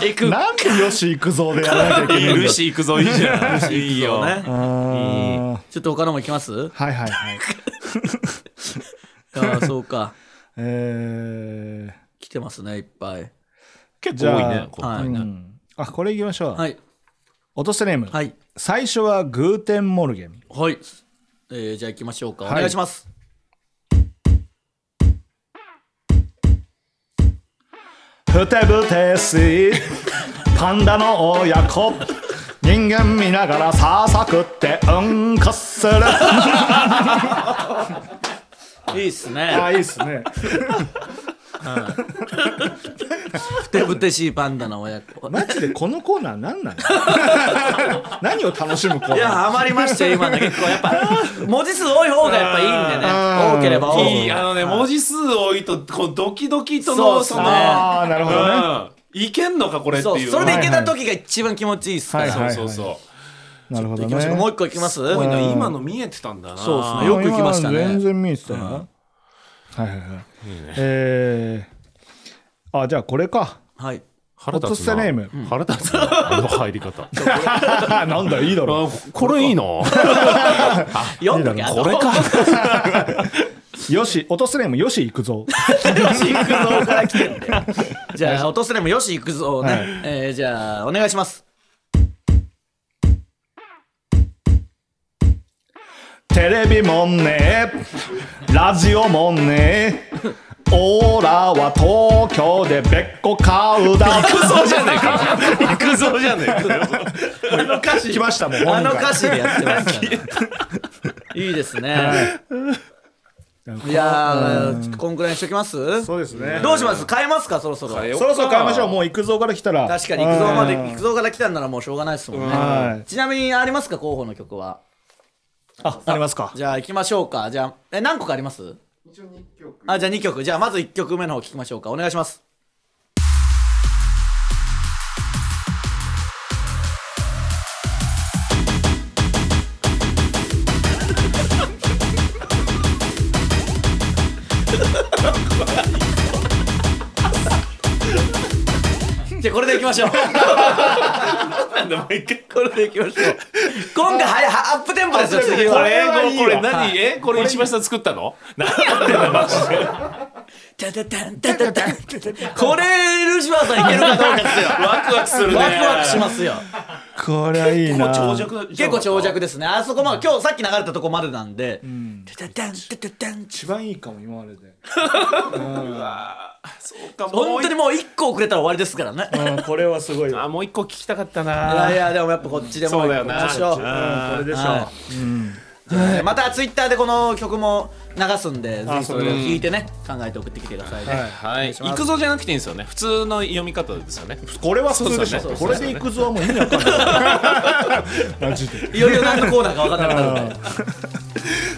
Speaker 3: 行く
Speaker 2: なんでよし行くぞでやらなきゃいけない
Speaker 1: いいルーシー行くぞいいじゃんいいよ、
Speaker 3: ね
Speaker 2: あー
Speaker 3: ちょっと他のも行きます
Speaker 2: はいはいはい。
Speaker 3: ああそうか
Speaker 2: えー
Speaker 3: 来てますねいっぱい
Speaker 1: 結構多い
Speaker 8: じゃ
Speaker 1: ね
Speaker 8: あ
Speaker 1: 今回ね、
Speaker 8: うんあこれいきましょう、
Speaker 3: はい
Speaker 8: 落とせネーム、
Speaker 3: はい
Speaker 8: 最初はグーテンモルゲン
Speaker 3: はい、えー、じゃあ行きましょうか、
Speaker 8: はい
Speaker 3: お願いします
Speaker 8: ふてぶてしいパンダの親子人間見ながらささくってうんこするあ
Speaker 3: いいっすね
Speaker 8: いいっすね
Speaker 3: ふてぶてしいパンダの親子
Speaker 8: マジでこのコーナー何 なの何を楽しむコーナー
Speaker 3: いやハマりましたよ今の結構やっぱ文字数多い方がやっぱいいんでね
Speaker 8: あー
Speaker 3: 多ければ多
Speaker 1: いいあ
Speaker 3: い
Speaker 1: のね文字数多いとこうドキドキと
Speaker 3: そうっ
Speaker 1: の
Speaker 3: す
Speaker 1: そ
Speaker 3: ね
Speaker 1: の
Speaker 8: ああなるほどね、
Speaker 1: うん、いけんのかこれって
Speaker 3: そう
Speaker 1: いう
Speaker 3: それでいけた時が一番気持ちいいっすから、
Speaker 8: はいはいはい
Speaker 1: そうそうそう
Speaker 8: なるほど
Speaker 3: 行きましょう
Speaker 8: ね
Speaker 3: もう一個いきます
Speaker 1: すごいな
Speaker 8: うん
Speaker 1: 今の見えてたんだな
Speaker 3: そうっすね
Speaker 8: あ
Speaker 3: よく行きましたね
Speaker 8: 今の全然見えてたな、はいはいはいえー、あじゃあこれか
Speaker 3: はい
Speaker 1: 腹立つ
Speaker 8: ホットスタ
Speaker 1: な
Speaker 8: ネーム
Speaker 1: うん腹立つなあの入り 方あ
Speaker 8: なんだいいだろ
Speaker 1: これいいの
Speaker 3: 読んだけ
Speaker 1: これか
Speaker 8: うよし落とすネームよし行くぞ
Speaker 3: よし行くぞから来てんでじゃあ落とすでもよし行くぞね、
Speaker 8: はい
Speaker 3: えーじゃあお願いします
Speaker 8: テレビもねラジオもねオーラは東京でべっこ買うだ
Speaker 1: そうじゃねえか行くぞじゃねえか
Speaker 8: 来ましたもん
Speaker 3: あの
Speaker 8: 本人から
Speaker 3: 歌詞でやってますからいいですね、い、やーこんくらいにしときます
Speaker 8: そうですね
Speaker 3: どうします変えますかそろそろ
Speaker 1: 変えよ
Speaker 8: そろそろ買いましょうもう行くぞから来たら
Speaker 3: 確かに育三まで
Speaker 8: うん
Speaker 3: 育三から来たんならもうしょうがないですもんね、
Speaker 8: はい
Speaker 3: ちなみにありますか候補の曲は
Speaker 8: あありますか
Speaker 3: じゃあ行きましょうかじゃあえ何個かありますあじゃあ2曲じゃあまず1曲目の方聞きましょうかお願いします じゃあこれでいきましょう
Speaker 1: なんだもう一回
Speaker 3: これでいきましょう今回はやはアップテンポですよ次は
Speaker 1: これこれ
Speaker 3: は
Speaker 1: 何
Speaker 3: い
Speaker 1: えこれ石橋さん作ったの何やってんだマジで
Speaker 3: タタタンタタタンこれルシファーさんいけるかどうかですよ
Speaker 1: ワクワクするね
Speaker 3: ワクワクしますよ
Speaker 8: これはいい
Speaker 1: 結構
Speaker 8: な
Speaker 1: 長尺だ
Speaker 3: 結構長尺ですねあそこまあ今日さっき流れたとこまでなんでタタタンタタタン
Speaker 8: 一番いいかも今までで
Speaker 1: そうかもう
Speaker 3: 本当にもう一個遅れたら終わりですからね
Speaker 8: うんこれはすごいわ
Speaker 1: あもう一個聞きたかった
Speaker 3: いや
Speaker 1: ない
Speaker 3: やでもやっぱこっちでも
Speaker 1: そうだよな
Speaker 3: 行きましょう
Speaker 1: うん
Speaker 8: これでしょ
Speaker 3: はいはいまたツイッターでこの曲も流すんでぜひそれを聞いてね考えて送ってきてくださいね
Speaker 1: はい行くぞじゃなくていいんですよね普通の読み方ですよね
Speaker 8: これは普通でし
Speaker 1: そ
Speaker 8: ょ
Speaker 1: うそうそ
Speaker 8: こ
Speaker 1: う
Speaker 8: れで行くぞはもう意味わか んないマジで
Speaker 3: いよいよ何のコーナーか分かんなくなるんで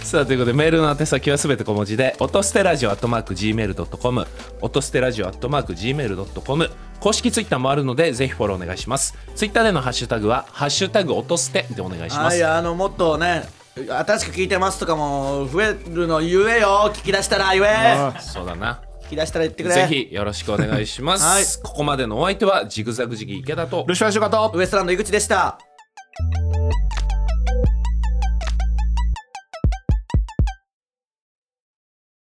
Speaker 1: さあということでメールの宛先はすべて小文字で音捨てラジオアットマーク Gmail.com 音捨てラジオアットマーク Gmail.com 公式ツイッターもあるのでぜひフォローお願いしますツイッターでのハッシュタグは「ハッシュタグ音捨て」でお願いしま
Speaker 3: は
Speaker 1: す
Speaker 3: い、あのもっとね新しく聞いてますとかも増えるの言えよ聞き出したら言え
Speaker 1: そうだな
Speaker 3: 聞き出したら言ってくれ
Speaker 1: ぜひよろしくお願いします、
Speaker 3: はい
Speaker 1: ここまでのお相手はジグザグジギー池田と
Speaker 8: ルシファー仕方
Speaker 3: ウエストランド井口でした